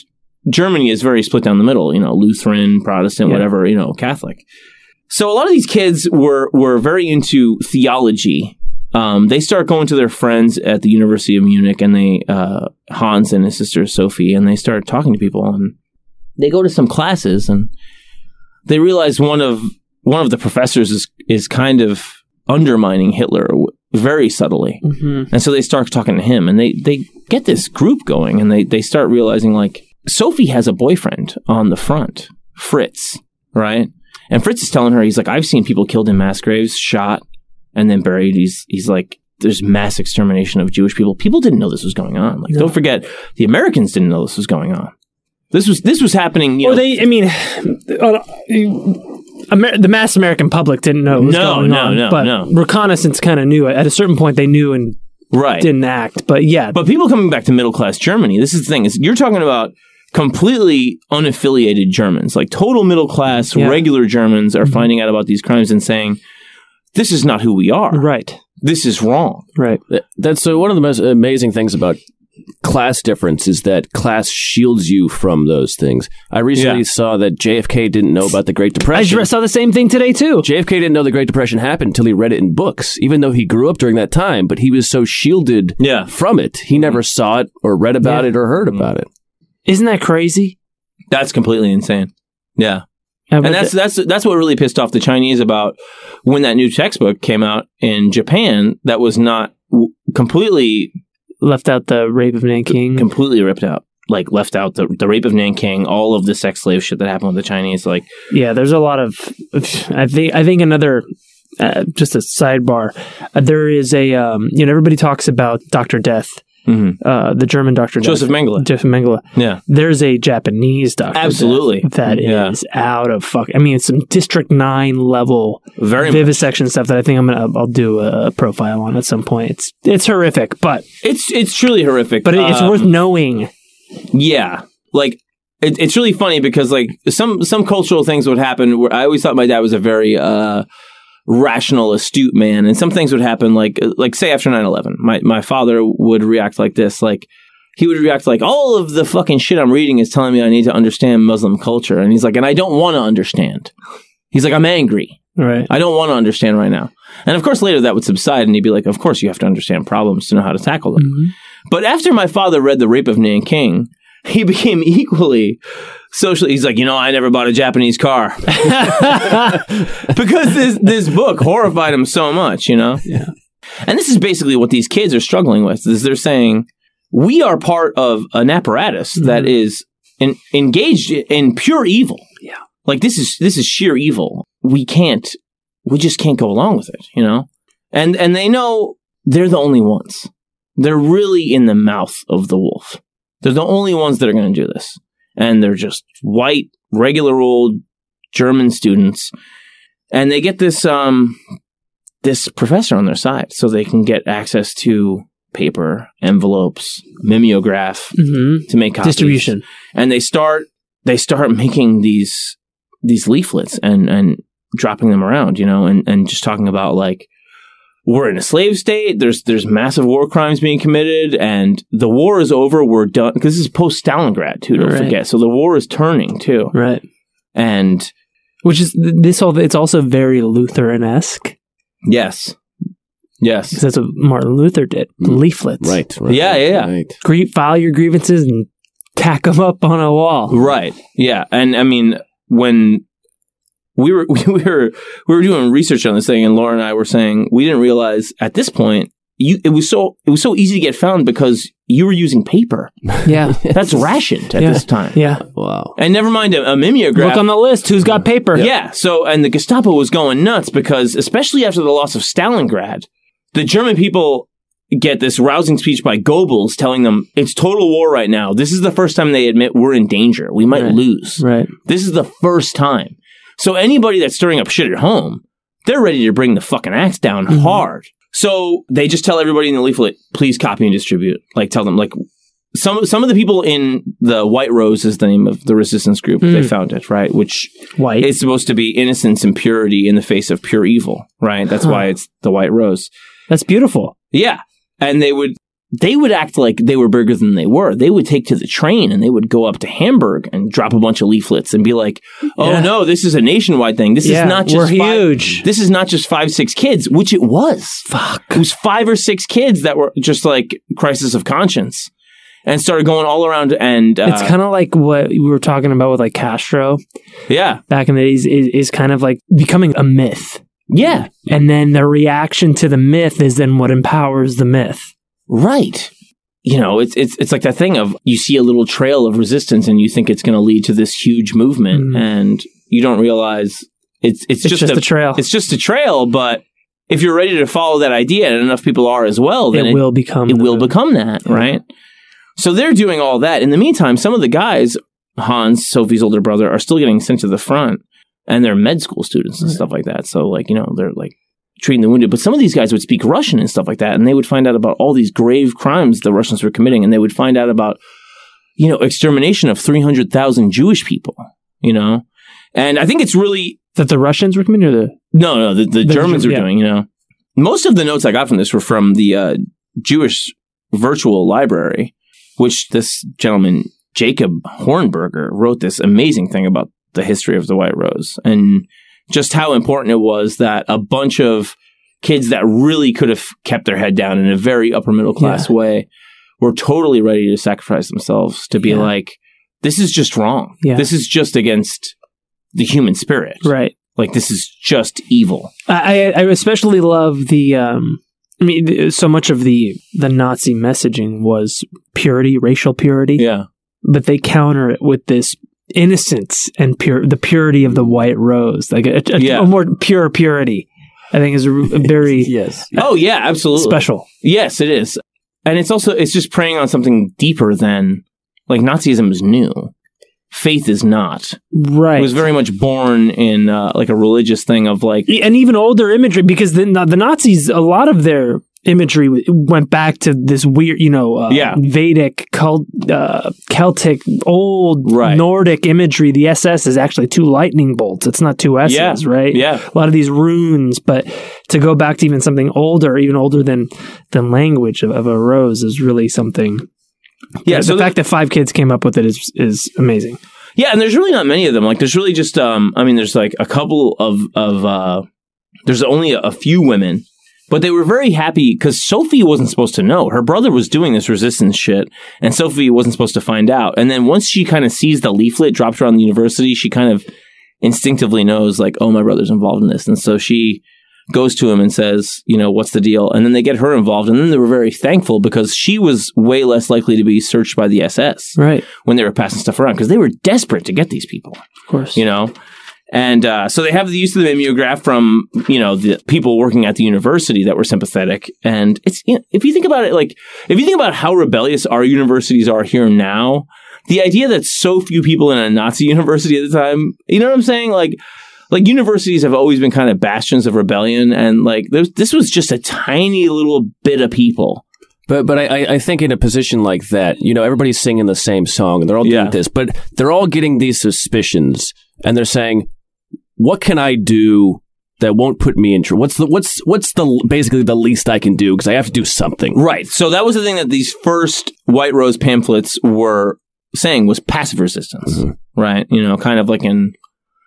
Speaker 2: Germany is very split down the middle, you know, Lutheran, Protestant,
Speaker 3: Yeah.
Speaker 2: whatever, you know, Catholic. So a lot of these kids were were very into theology. Um, they start going to their friends at the University of Munich, and they uh, Hans and his sister Sophie, and they start talking to people, and they go to some classes, and they realize one of one of the professors is is kind of undermining Hitler w- very subtly.
Speaker 3: Mm-hmm.
Speaker 2: And so they start talking to him and they, they get this group going and they, they start realizing like Sophie has a boyfriend on the front, Fritz, right? And Fritz is telling her, he's like, I've seen people killed in mass graves, shot, and then buried. He's he's like, there's mass extermination of Jewish people. People didn't know this was going on. Like,
Speaker 3: No.
Speaker 2: don't forget, the Americans didn't know this was going on. This was this was happening. You
Speaker 3: Or
Speaker 2: know,
Speaker 3: they, I mean, uh, Amer- the mass American public didn't know. What was
Speaker 2: No,
Speaker 3: going
Speaker 2: no,
Speaker 3: on,
Speaker 2: no,
Speaker 3: But
Speaker 2: no.
Speaker 3: reconnaissance kind of knew. At a certain point, they knew and
Speaker 2: right?
Speaker 3: didn't act. But yeah,
Speaker 2: But people coming back to middle class Germany, this is the thing, is you're talking about completely unaffiliated Germans, like total middle class,
Speaker 3: Yeah. Mm-hmm.
Speaker 2: regular Germans are finding out about these crimes and saying, This is not who we are.
Speaker 3: right,
Speaker 2: This is wrong.
Speaker 3: right.
Speaker 4: Th- That's uh, one of the most amazing things about class difference is that class shields you from those things. I recently
Speaker 2: Yeah.
Speaker 4: saw that JFK didn't know about the Great
Speaker 3: I
Speaker 4: Depression.
Speaker 3: just saw the same thing today too.
Speaker 4: JFK didn't know the Great Depression happened until he read it in books, even though he grew up during that time, but he was so shielded
Speaker 2: Yeah.
Speaker 4: from it. He
Speaker 2: Mm-hmm.
Speaker 4: never saw it or read about
Speaker 3: Yeah.
Speaker 4: it or heard about it.
Speaker 3: Isn't that crazy?
Speaker 2: That's completely insane. Yeah. and that's that's that's what really pissed off the Chinese about when that new textbook came out in Japan that was not w- completely
Speaker 3: left out the rape of Nanking.
Speaker 2: completely ripped out like left out the the rape of Nanking all of the sex slave shit that happened with the Chinese like
Speaker 3: Yeah, there's a lot of. I think I think another. Uh, just a sidebar. Uh, there is a. Um, you know, everybody talks about Doctor Death,
Speaker 2: mhm.
Speaker 3: uh, the German Doctor
Speaker 2: Joseph Mengele
Speaker 3: Joseph Mengele.
Speaker 2: yeah
Speaker 3: There's a Japanese Doctor.
Speaker 2: Absolutely.
Speaker 3: that is
Speaker 2: Yeah.
Speaker 3: out of fuck. I mean, it's some District Nine level
Speaker 2: Very much.
Speaker 3: vivisection stuff that I think I'm gonna. I'll do a profile on at some point. It's it's horrific, but
Speaker 2: It's it's truly horrific.
Speaker 3: but it, it's
Speaker 2: Um,
Speaker 3: worth knowing.
Speaker 2: Yeah, like it, it's really funny because like some some cultural things would happen. Where I always thought my dad was a very uh rational, astute man. And some things would happen, like uh, like say after 9-11. My my father would react like this, like he would react like all of the fucking shit I'm reading is telling me I need to understand Muslim culture, and he's like, and I don't want to understand. He's like, I'm angry.
Speaker 3: Right.
Speaker 2: I don't want to understand right now. And of course, later that would subside, and he'd be like, Of course, you have to understand problems to know how to tackle them.
Speaker 3: Mhm.
Speaker 2: But after my father read The Rape of Nanking, he [laughs] became equally socially. He's like, You know, I never bought a Japanese
Speaker 3: [laughs]
Speaker 2: car because this, this book horrified him so much, you know?
Speaker 3: Yeah.
Speaker 2: And this is basically what these kids are struggling with is they're saying, We are part of an apparatus that
Speaker 3: Mm-hmm.
Speaker 2: is en- engaged in pure evil.
Speaker 3: Yeah.
Speaker 2: Like this is this is sheer evil. We can't we just can't go along with it, you know? And and they know they're the only ones. They're really in the mouth of the wolf. They're the only ones that are going to do this. And they're just white, regular old German students. And they get this um this professor on their side so they can get access to paper, envelopes, mimeograph
Speaker 3: Mhm.
Speaker 2: to make copies
Speaker 3: Distribution.
Speaker 2: and they start they start [laughs] making these these leaflets and and dropping them around you know and and just talking about like we're in a slave state there's there's massive war crimes being committed and the war is over we're done because this is post stalingrad too don't
Speaker 3: Right.
Speaker 2: forget so the war is turning too
Speaker 3: Right.
Speaker 2: and
Speaker 3: Which is th- this whole. It's also very Lutheran esque
Speaker 2: yes yes
Speaker 3: that's what Martin Luther did.
Speaker 2: Mm.
Speaker 3: Leaflets.
Speaker 4: Right, right.
Speaker 2: Yeah, yeah, yeah.
Speaker 4: Right.
Speaker 3: Gre- file your grievances and tack them up on
Speaker 2: [laughs]
Speaker 3: a wall.
Speaker 2: right yeah and i mean when we were [laughs] we were we were doing research on this thing, and Laura and I were saying we didn't realize at this point you it was so it was so easy to get found because you were using paper.
Speaker 3: [laughs] Yeah.
Speaker 2: That's rationed at
Speaker 3: Yeah.
Speaker 2: this time.
Speaker 3: Yeah.
Speaker 4: Wow.
Speaker 2: And never mind a, a mimeograph.
Speaker 3: Look on the list. Who's got paper?
Speaker 2: yeah. So and the Gestapo was going nuts because especially after the loss of Stalingrad, the German people get this rousing speech by Goebbels telling them it's total war right now. This is the first time they admit we're in danger. We might
Speaker 3: Right.
Speaker 2: lose.
Speaker 3: Right.
Speaker 2: This is the first time. So anybody that's stirring up shit at home, they're ready to bring the fucking axe down
Speaker 3: Mhm.
Speaker 2: hard. So they just tell everybody in the leaflet, please copy and distribute. Like tell them like some some of the people in the White Rose is the name of the resistance group. They
Speaker 3: Mm.
Speaker 2: found it, right? Which
Speaker 3: White.
Speaker 2: it's supposed to be innocence and purity in the face of pure evil, right? That's why it's the White Rose.
Speaker 3: That's beautiful.
Speaker 2: Yeah. And they would they would act like they were bigger than they were. They would take to the train and they would go up to Hamburg and drop a bunch of leaflets and be like, "Oh
Speaker 3: Yeah.
Speaker 2: no, this is a nationwide thing. This
Speaker 3: yeah.
Speaker 2: is not just
Speaker 3: we're
Speaker 2: five-
Speaker 3: huge.
Speaker 2: This is not just 5 6 kids, which it was. Fuck. It was 5 or 6 kids that were just like crisis of conscience and started going all around and uh,
Speaker 3: it's kind of like what we were talking about with like Castro
Speaker 2: yeah.
Speaker 3: back in the days is, is kind of like becoming a myth.
Speaker 2: Yeah.
Speaker 3: And then the reaction to the myth is then what empowers the myth.
Speaker 2: Right. You know, it's it's it's like that thing of you see a little trail of resistance and you think it's going to lead to this huge movement
Speaker 3: Mm.
Speaker 2: and you don't realize it's it's,
Speaker 3: It's, just,
Speaker 2: just,
Speaker 3: a, trail.
Speaker 2: it's just a trail, but if you're ready to follow that idea and enough people are as well, then
Speaker 3: it,
Speaker 2: it,
Speaker 3: will become.
Speaker 2: it
Speaker 3: the
Speaker 2: will
Speaker 3: myth.
Speaker 2: become that,
Speaker 3: Yeah.
Speaker 2: right? So they're doing all that. In the meantime, some of the guys, Hans, Sophie's older brother, are still getting sent to the front and they're med school students and
Speaker 3: Right.
Speaker 2: stuff like that. So, like, you know, they're like treating the wounded. But some of these guys would speak Russian and stuff like that. And they would find out about all these grave crimes the Russians were committing. And they would find out about, you know, extermination of 300,000 Jewish people, you know? And I think it's really
Speaker 3: that the Russians were committing. Or the,
Speaker 2: no, no, the, the,
Speaker 3: The
Speaker 2: Germans
Speaker 3: Ju-
Speaker 2: were
Speaker 3: yeah.
Speaker 2: doing, you know. Most of the notes I got from this were from the uh, Jewish virtual library, which this gentleman, Jacob Hornberger, wrote this amazing thing about the history of the White Rose and just how important it was that a bunch of kids that really could have kept their head down in a very upper middle class way were totally ready to sacrifice themselves to be
Speaker 3: Yeah.
Speaker 2: like, this is just wrong.
Speaker 3: Yeah.
Speaker 2: This is just against the human spirit.
Speaker 3: right.
Speaker 2: Like this is just evil.
Speaker 3: I, I I especially love the. Um, I mean, th- so much of the the Nazi messaging was purity, racial purity.
Speaker 2: Yeah.
Speaker 3: but they counter it with this innocence and pure the purity of the white rose like a, a,
Speaker 2: Yeah.
Speaker 3: a more pure purity i think is a, r- a very
Speaker 4: Yes.
Speaker 2: Oh [laughs] yeah, absolutely.
Speaker 3: special
Speaker 2: Yes, it is. And it's also it's just preying on something deeper than like Nazism is new. Faith is not.
Speaker 3: right
Speaker 2: It was very much born in
Speaker 3: E,
Speaker 2: uh, like a religious thing of like
Speaker 3: and even older imagery because the, the nazis a lot of their imagery w- went back to this weird, you know, uh,
Speaker 2: Yeah.
Speaker 3: Vedic, cult, uh, Celtic, old
Speaker 2: Right.
Speaker 3: Nordic imagery. The SS is actually two lightning bolts. It's not two S's,
Speaker 2: Yeah.
Speaker 3: right?
Speaker 2: Yeah.
Speaker 3: A lot of these runes, but to go back to even something older, even older than than language of, of a rose is really something.
Speaker 2: Yeah,
Speaker 3: the,
Speaker 2: so
Speaker 3: fact that five kids came up with it is is amazing.
Speaker 2: Yeah, and there's really not many of them. Like there's really just um I mean there's like a couple of of uh there's only a, a few women. But they were very happy because Sophie wasn't supposed to know. Her brother was doing this resistance shit, and Sophie wasn't supposed to find out. And then once she kind of sees the leaflet dropped around the university, she kind of instinctively knows, like, oh, my brother's involved in this. And so she goes to him and says, you know, what's the deal? And then they get her involved. And then they were very thankful because she was way less likely to be searched by the SS
Speaker 3: Right.
Speaker 2: when they were passing stuff around because they were desperate to get these people,
Speaker 3: Of course.
Speaker 2: you know? And uh, so they have the use of the mimeograph from, you know, the people working at the university that were sympathetic. And it's, you know, if you think about it, like, if you think about how rebellious our universities are here now, the idea that so few people in a Nazi [laughs] university at the time, you know what I'm saying? Like, like universities have always been kind of bastions of rebellion. And like, there's, this was just a tiny little bit of people.
Speaker 4: But but I, I- I think in a position like that, you know, everybody's singing the same song and they're all
Speaker 2: Yeah.
Speaker 4: doing this, but they're all getting these suspicions and they're saying, "What can I do that won't put me in trouble? What's the what's what's the basically the least I can do because I have to do something."
Speaker 2: Right. So that was the thing that these first White Rose pamphlets were saying was passive resistance. Right. You know, kind of like in,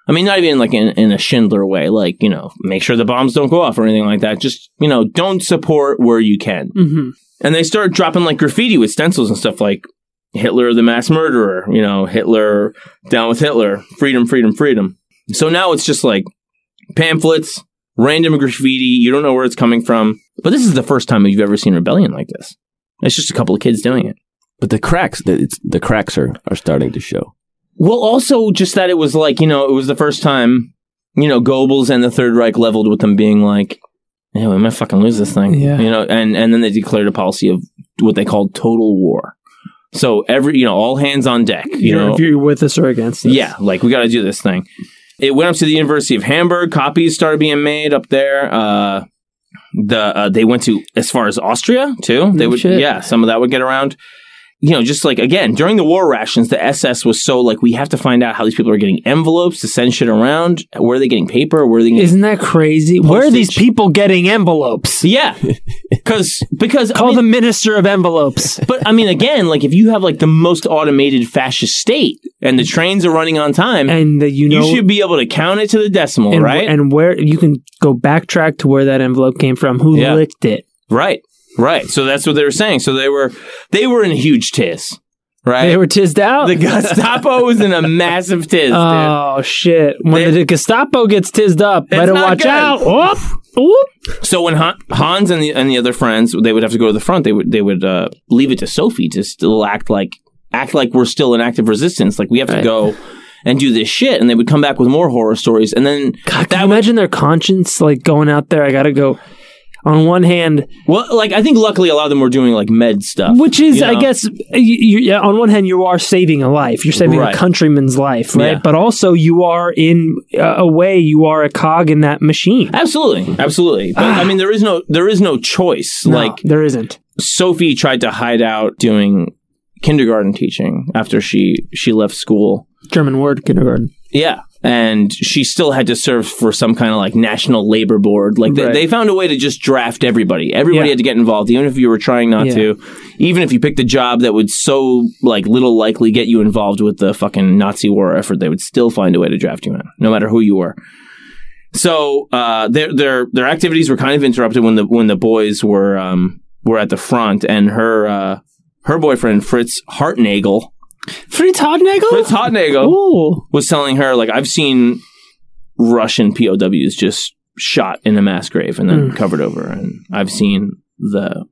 Speaker 2: I mean, not even like in, in a Schindler way, like, you know, make sure the bombs don't go off or anything like that. Just, you know, don't support where you can.
Speaker 3: Mm-hmm.
Speaker 2: And they start dropping like graffiti with stencils and stuff like Hitler the mass murderer, you know, Hitler down with Hitler, freedom, freedom, freedom. So now it's just like pamphlets, random graffiti, you don't know where it's coming from. But this is the first time you've ever seen rebellion like this. It's just a couple of kids doing it.
Speaker 4: But the cracks the, it's, the cracks are are starting to show.
Speaker 2: Well, also just that it was like, you know, it was the first time, you know, Goebbels and the Third Reich leveled with them being like, yeah, we might fucking lose this thing.
Speaker 3: Yeah.
Speaker 2: You know, and, and then they declared a policy of what they called total war. So every, you know, all hands on deck. You
Speaker 3: You
Speaker 2: know,
Speaker 3: know, if you're with us or against us.
Speaker 2: Yeah, like we got to do this thing. It went up to the University of Hamburg. Copies started being made up there. Uh, the uh, they went to as far as Austria too. They
Speaker 3: No
Speaker 2: would
Speaker 3: shit.
Speaker 2: yeah, some of that would get around. You know, just like again during the war rations, the SS was so like we have to find out how these people are getting envelopes to send shit around. Where are they getting paper? Where are they? Getting-
Speaker 3: Isn't that crazy? Where are these
Speaker 2: Postage.
Speaker 3: people getting
Speaker 2: [laughs]
Speaker 3: envelopes?
Speaker 2: yeah, because because I
Speaker 3: Call [laughs]
Speaker 2: mean-
Speaker 3: the minister
Speaker 2: [laughs]
Speaker 3: of envelopes.
Speaker 2: But I mean, again, like if you have like the most automated fascist state and the trains are running on time,
Speaker 3: and the,
Speaker 2: you,
Speaker 3: you know
Speaker 2: should be able to count it to the decimal,
Speaker 3: and,
Speaker 2: right?
Speaker 3: and where you can go backtrack to where that envelope came from, who
Speaker 2: Yeah.
Speaker 3: licked it.
Speaker 2: Right. Right. So that's what they were saying. So they were they were in a huge tiz. Right.
Speaker 3: They were tizzed out.
Speaker 2: [laughs] the Gestapo was in a massive tiz, dude.
Speaker 3: oh shit! When
Speaker 2: They-
Speaker 3: the Gestapo gets tizzed up, better
Speaker 2: not
Speaker 3: watch
Speaker 2: good.
Speaker 3: out. Whoop, whoop.
Speaker 2: So when Han- Hans and the and the other friends, they would have to go to the front. They would they would uh, leave it to Sophie to still act like act like we're still in active resistance. Like we have to
Speaker 3: Right.
Speaker 2: go and do this shit. And they would come back with more horror stories. And then
Speaker 3: God, can you imagine their conscience like going out there? I gotta go. On one hand,
Speaker 2: well, like I think luckily a lot of them were doing like med stuff,
Speaker 3: which is,
Speaker 2: you
Speaker 3: I
Speaker 2: know?
Speaker 3: guess, you, you, yeah, on one hand, you are saving a life. You're saving
Speaker 2: Right.
Speaker 3: a countryman's life, right?
Speaker 2: Yeah.
Speaker 3: But also, you are in uh, a way, you are a cog in that machine.
Speaker 2: Absolutely, absolutely. But I mean, there is no there is no choice.
Speaker 3: Ah. No,
Speaker 2: like
Speaker 3: there isn't.
Speaker 2: Sophie tried to hide out doing kindergarten teaching after she she left school.
Speaker 3: German word kindergarten.
Speaker 2: Yeah. And she still had to serve for some kind of like national labor board. Like they,
Speaker 3: Right.
Speaker 2: they found a way to just draft everybody. Everybody
Speaker 3: Yeah.
Speaker 2: had to get involved, even if you were trying not
Speaker 3: Yeah.
Speaker 2: to. Even if you picked a job that would so like little likely get you involved with the fucking Nazi war effort, they would still find a way to draft you in, no matter who you were. So uh, their their their activities were kind of interrupted when the when the boys were um, were at the front, and her uh, her boyfriend Fritz Hartnagel,
Speaker 3: Fritz Hardnagel?
Speaker 2: Fritz Hartnagel,
Speaker 3: Ooh.
Speaker 2: was telling her like I've seen Russian POWs just shot in a mass grave and then covered over, and I've seen the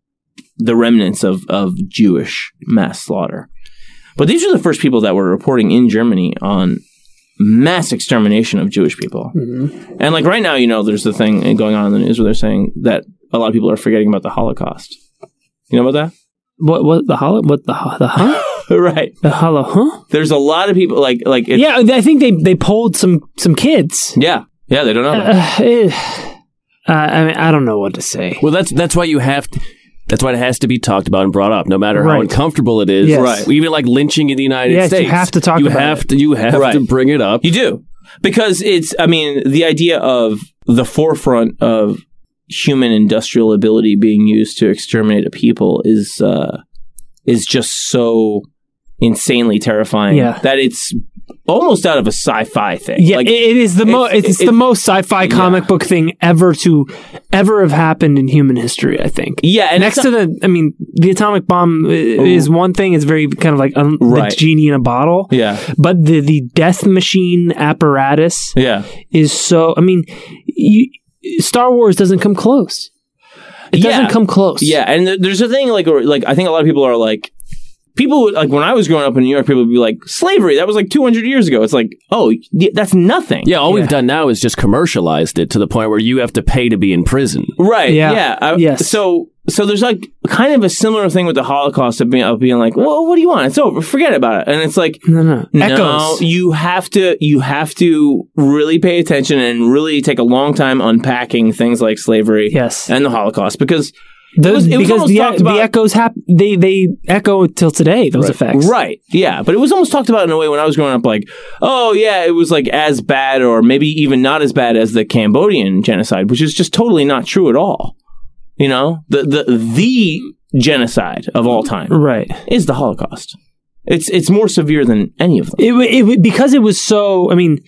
Speaker 2: the remnants of of Jewish mass slaughter. But these are the first people that were reporting in Germany on mass extermination of Jewish people. And like right now, you know, there's the thing going on in the news where they're saying that a lot of people are forgetting about the Holocaust. You know about
Speaker 3: What, what, the hollow? What, the, ho- the
Speaker 2: [gasps]
Speaker 3: huh?
Speaker 2: that? right.
Speaker 3: The hollow, huh?
Speaker 2: There's a lot of people like like it's,
Speaker 3: yeah, I think they, they polled some, some kids. [sighs]
Speaker 2: yeah yeah they don't know. that.
Speaker 3: Uh, eh, Uh, I mean, I don't know what to say.
Speaker 4: Well, that's that's why you have to. That's why it has to be talked about and brought up, no matter how
Speaker 3: Right.
Speaker 4: uncomfortable it is.
Speaker 3: Yes. Right.
Speaker 4: Even like lynching in the United
Speaker 3: Yes, you
Speaker 4: States,
Speaker 3: have to talk
Speaker 4: You
Speaker 3: about
Speaker 4: have
Speaker 3: it.
Speaker 4: to. You have
Speaker 2: Right.
Speaker 4: to bring it up.
Speaker 2: You do. Because it's, I mean, the idea of the forefront of human industrial ability being used to exterminate a people is, uh, is just so insanely terrifying
Speaker 3: Yeah.
Speaker 2: that it's almost out of a sci-fi thing.
Speaker 3: Yeah,
Speaker 2: Like,
Speaker 3: it- it is the most.
Speaker 2: it's-
Speaker 3: It's,
Speaker 2: it-
Speaker 3: the most sci-fi comic book thing ever to ever have happened in human history. I think.
Speaker 2: yeah. And
Speaker 3: Next
Speaker 2: it's
Speaker 3: to the, I mean, the atomic bomb i- is one thing. It's very kind of like um,
Speaker 2: Right.
Speaker 3: the genie in a bottle.
Speaker 2: not- yeah.
Speaker 3: But the the death machine apparatus
Speaker 2: Yeah.
Speaker 3: is so. I mean, you, Star Wars doesn't come close. It
Speaker 2: Yeah.
Speaker 3: doesn't come close.
Speaker 2: Yeah, and th- there's a thing like or, like I think a lot of people are like people would- like when I was growing up in New York, people would be like slavery that was like 200 years ago. It's like oh y- that's nothing.
Speaker 4: Yeah, all
Speaker 3: Yeah.
Speaker 4: we've done now is just commercialized it to the point where you have to pay to be in prison.
Speaker 2: right. Yeah,
Speaker 3: Yeah.
Speaker 2: I-
Speaker 3: Yes.
Speaker 2: So so there's like kind of a similar thing with the Holocaust of being of being like well what do you want it's over forget about it and it's like
Speaker 3: No, no.
Speaker 2: No,
Speaker 3: Echoes.
Speaker 2: you have to you have to really pay attention and really take a long time unpacking things like slavery
Speaker 3: Yes.
Speaker 2: and the Holocaust because
Speaker 3: Those,
Speaker 2: was- it was
Speaker 3: because
Speaker 2: almost
Speaker 3: the,
Speaker 2: talked about-
Speaker 3: the echoes hap- they they echo till today. Those effects.
Speaker 2: Right. Yeah. But it was almost talked about in a way when I was growing up, like, oh, yeah, it was like as bad or maybe even not as bad as the Cambodian genocide, which is just totally not true at all. You know, the, the, the genocide of all time
Speaker 3: Right.
Speaker 2: is the Holocaust. It's, it's more severe than any of them.
Speaker 3: It, wa- it wa- because it was so. I mean,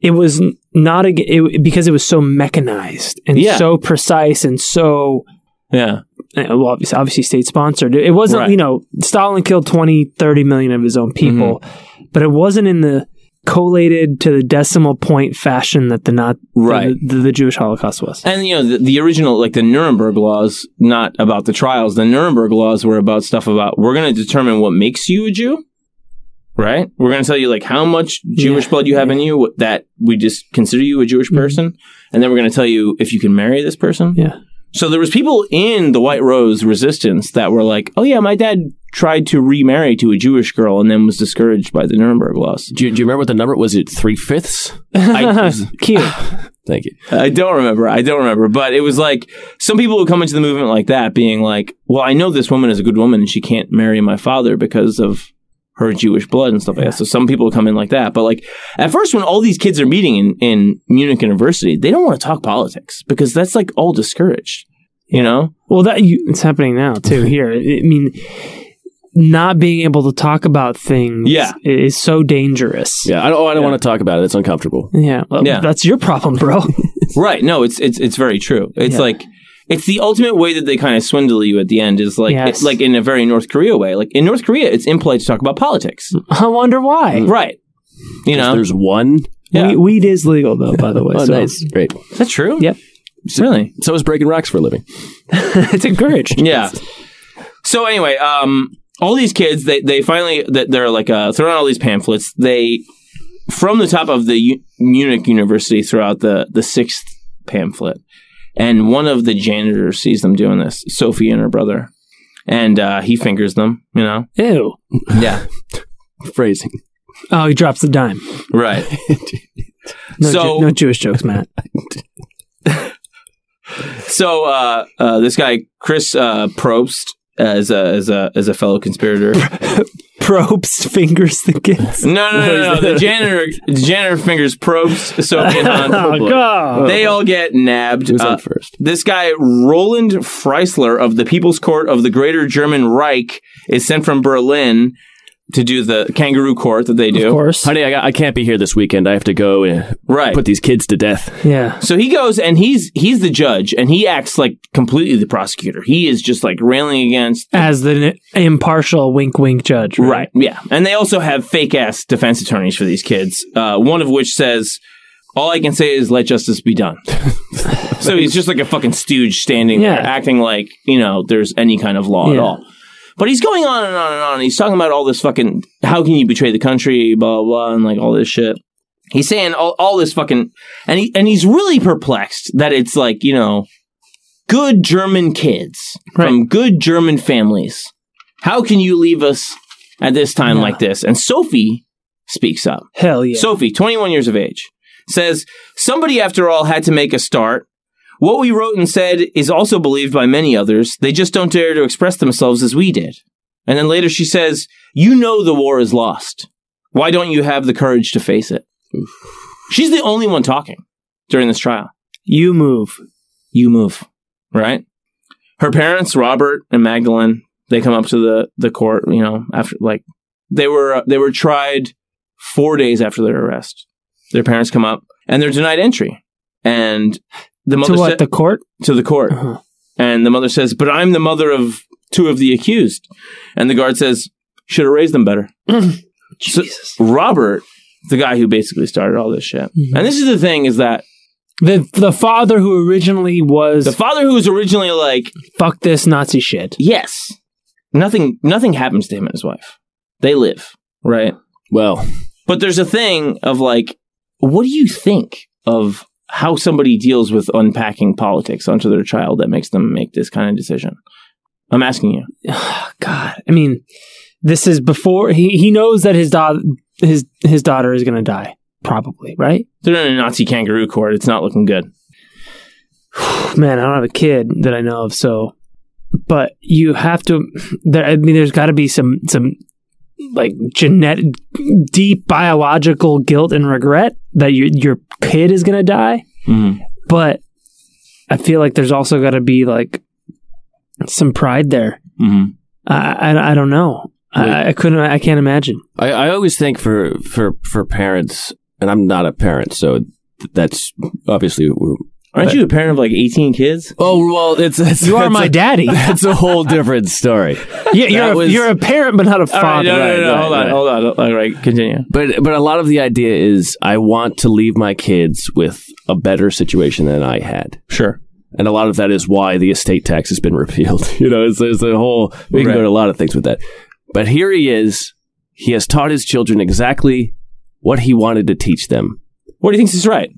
Speaker 3: it was n- not a, g- it, wa- because it was so mechanized and
Speaker 2: Yeah.
Speaker 3: so precise and so
Speaker 2: Yeah.
Speaker 3: uh, well, obviously, obviously state sponsored. It wasn't
Speaker 2: Right. Mm-hmm.
Speaker 3: you know Stalin killed 20, 30 million of his own people, but it wasn't in the collated to the decimal point fashion that the not
Speaker 2: Right.
Speaker 3: the, the, the Jewish Holocaust was.
Speaker 2: And, you know, the, the original, like the Nuremberg laws, not about the trials. The Nuremberg laws were about stuff about we're going to determine what makes you a Jew, right? We're going to tell you, like, how much Jewish
Speaker 3: Yeah. Mm-hmm.
Speaker 2: blood you have in you, what, that we just consider you a Jewish person. And then we're going to tell you if you can marry this person.
Speaker 3: Yeah.
Speaker 2: So there was people in the White Rose resistance that were like, oh, yeah, my dad tried to remarry to a Jewish girl and then was discouraged by the Nuremberg laws.
Speaker 4: Do you, do you remember what the number was? It three fifths.
Speaker 3: [laughs]
Speaker 2: I,
Speaker 3: Cute.
Speaker 4: Thank you.
Speaker 2: I don't remember. I don't remember. But it was like some people would come into the movement like that, being like, well, I know this woman is a good woman and she can't marry my father because of her Jewish blood and stuff like that. So some people come in like that. But like at first, when all these kids are meeting in, in Munich University, they don't want to talk politics because that's like all discouraged, you know?
Speaker 3: Well, that you, it's happening
Speaker 2: [laughs]
Speaker 3: now too. Here, I I mean, not being able to talk about things
Speaker 2: Yeah.
Speaker 3: i- is so dangerous.
Speaker 4: Yeah. I don't. Oh, I don't want to talk about it. It's uncomfortable.
Speaker 3: Yeah, well,
Speaker 2: Yeah.
Speaker 3: that's your problem,
Speaker 4: [laughs]
Speaker 3: bro.
Speaker 2: Right. No, it's, it's, it's very true. It's
Speaker 3: Yeah.
Speaker 2: like, it's the ultimate way that they kind of swindle you at the end is like,
Speaker 3: Yes.
Speaker 2: like in a very North Korea way. Like in North Korea, it's impolite to talk about politics.
Speaker 3: I wonder why.
Speaker 2: Right. You
Speaker 4: 'Cause
Speaker 2: know,
Speaker 4: There's one.
Speaker 2: yeah.
Speaker 3: We, weed is legal though, by the way.
Speaker 4: [laughs] Oh,
Speaker 3: so
Speaker 4: nice. Great.
Speaker 2: is that true?
Speaker 3: Yep.
Speaker 2: Really?
Speaker 4: So is breaking rocks for a living.
Speaker 3: [laughs] it's encouraged.
Speaker 2: Yeah. So anyway, um, all these kids, they they finally that they're like uh, throwing out all these pamphlets. They from the top of the U- Munich University throughout the the sixth pamphlet, and one of the janitors sees them doing this, Sophie and her brother, and uh, he fingers them. You know.
Speaker 3: Ew.
Speaker 2: [laughs] Yeah.
Speaker 4: Phrasing.
Speaker 3: Oh, he drops the dime.
Speaker 2: Right.
Speaker 3: No,
Speaker 2: So-
Speaker 3: Ju- no Jewish
Speaker 2: [laughs]
Speaker 3: jokes, Matt.
Speaker 2: So uh, uh, this guy Chris uh, Probst as a as a as a fellow conspirator.
Speaker 3: Probes fingers the [laughs] kids.
Speaker 2: No, no, no, no. The janitor, janitor fingers probes Sophie and Han.
Speaker 3: [laughs] Oh God!
Speaker 2: They all get nabbed.
Speaker 4: Who's
Speaker 2: Uh,
Speaker 4: on first?
Speaker 2: this guy, Roland Freisler of the People's Court of the Greater German Reich, is sent from Berlin to do the kangaroo court that they
Speaker 3: of
Speaker 2: do.
Speaker 3: course.
Speaker 4: Honey, I, got, I can't be here this weekend. I have to go and
Speaker 2: Right.
Speaker 4: put these kids to death.
Speaker 3: Yeah.
Speaker 2: So he goes and he's he's the judge and he acts like completely the prosecutor. He is just like railing against
Speaker 3: As the n- impartial wink, wink judge.
Speaker 2: Right. Yeah. And they also have fake ass defense attorneys for these kids. Uh, one of which says, "All I can say is let justice be
Speaker 3: [laughs]
Speaker 2: done." so he's just like a fucking stooge standing there,
Speaker 3: Yeah.
Speaker 2: acting like you know there's any kind of law at
Speaker 3: Yeah.
Speaker 2: all. But he's going on and on and on. He's talking about all this fucking how can you betray the country, blah blah, blah and like all this shit. He's saying all, all this fucking and he and he's really perplexed that it's like you know good German kids from good German families. How can you leave us at this time
Speaker 3: Yeah.
Speaker 2: like this? And Sophie speaks up.
Speaker 3: Hell yeah.
Speaker 2: Sophie, 21 years of age, says somebody after all had to make a start. What we wrote and said is also believed by many others. They just don't dare to express themselves as we did. And then later she says, You know the war is lost. Why don't you have the courage to face it? She's the only one talking during this trial.
Speaker 3: You move.
Speaker 2: You move, right? Her parents, Robert and Magdalene, they come up to the, the court, you know, after like they were uh, they were tried 4 days after their arrest. Their parents come up and they're denied entry. And the mother
Speaker 3: to what?
Speaker 2: said-
Speaker 3: the court?
Speaker 2: to the court.
Speaker 3: Uh-huh.
Speaker 2: And the mother says, But I'm the mother of two of the accused. And the guard says, Should have raised them
Speaker 3: [clears throat]
Speaker 2: better. So- Robert, the guy who basically started all this shit.
Speaker 3: Mhm.
Speaker 2: And this is the thing is that
Speaker 3: The the father who originally was
Speaker 2: the father who was originally like,
Speaker 3: fuck this Nazi shit.
Speaker 2: Yes, nothing nothing happens to him and his wife. They live. Right.
Speaker 4: Well,
Speaker 2: But there's a thing of like, what do you think of how somebody deals with unpacking politics onto their child that makes them make this kind of decision? I'm asking you.
Speaker 3: God, I mean, this is before he he knows that his daughter his his daughter is gonna die probably, right?
Speaker 2: They're in a Nazi kangaroo court. It's not looking good.
Speaker 3: man, I don't have a kid that I know of, so but you have to there I mean there's got to be some some like genetic deep biological guilt and regret that your your kid is going to die, Mm-hmm. but I feel like there's also got to be like some pride there.
Speaker 2: Mm-hmm.
Speaker 3: I I, I don't know. I, I couldn't I can't imagine.
Speaker 4: I, I always think for, for, for parents, and I'm not a parent, so th- that's obviously. We're,
Speaker 2: Aren't you a parent of like 18 kids?
Speaker 4: oh, well, it's. it's
Speaker 3: You are
Speaker 4: it's
Speaker 3: my [laughs]
Speaker 4: a-
Speaker 3: daddy.
Speaker 4: That's a whole different story.
Speaker 3: Yeah, you're
Speaker 4: That
Speaker 3: a,
Speaker 4: was-
Speaker 3: you're a parent but not a
Speaker 2: All right,
Speaker 3: father.
Speaker 2: no, no, no, no,
Speaker 4: right,
Speaker 2: hold on,
Speaker 4: right.
Speaker 2: hold on. All right, continue.
Speaker 4: But but a lot of the idea is I want to leave my kids with a better situation than I had.
Speaker 2: Sure.
Speaker 4: And a lot of that is why the estate tax has been [laughs] repealed. You know, it's, it's a whole, we can
Speaker 2: Right.
Speaker 4: go to a lot of things with that. But here he is. He has taught his children exactly what he wanted to teach them.
Speaker 2: What do you think is right?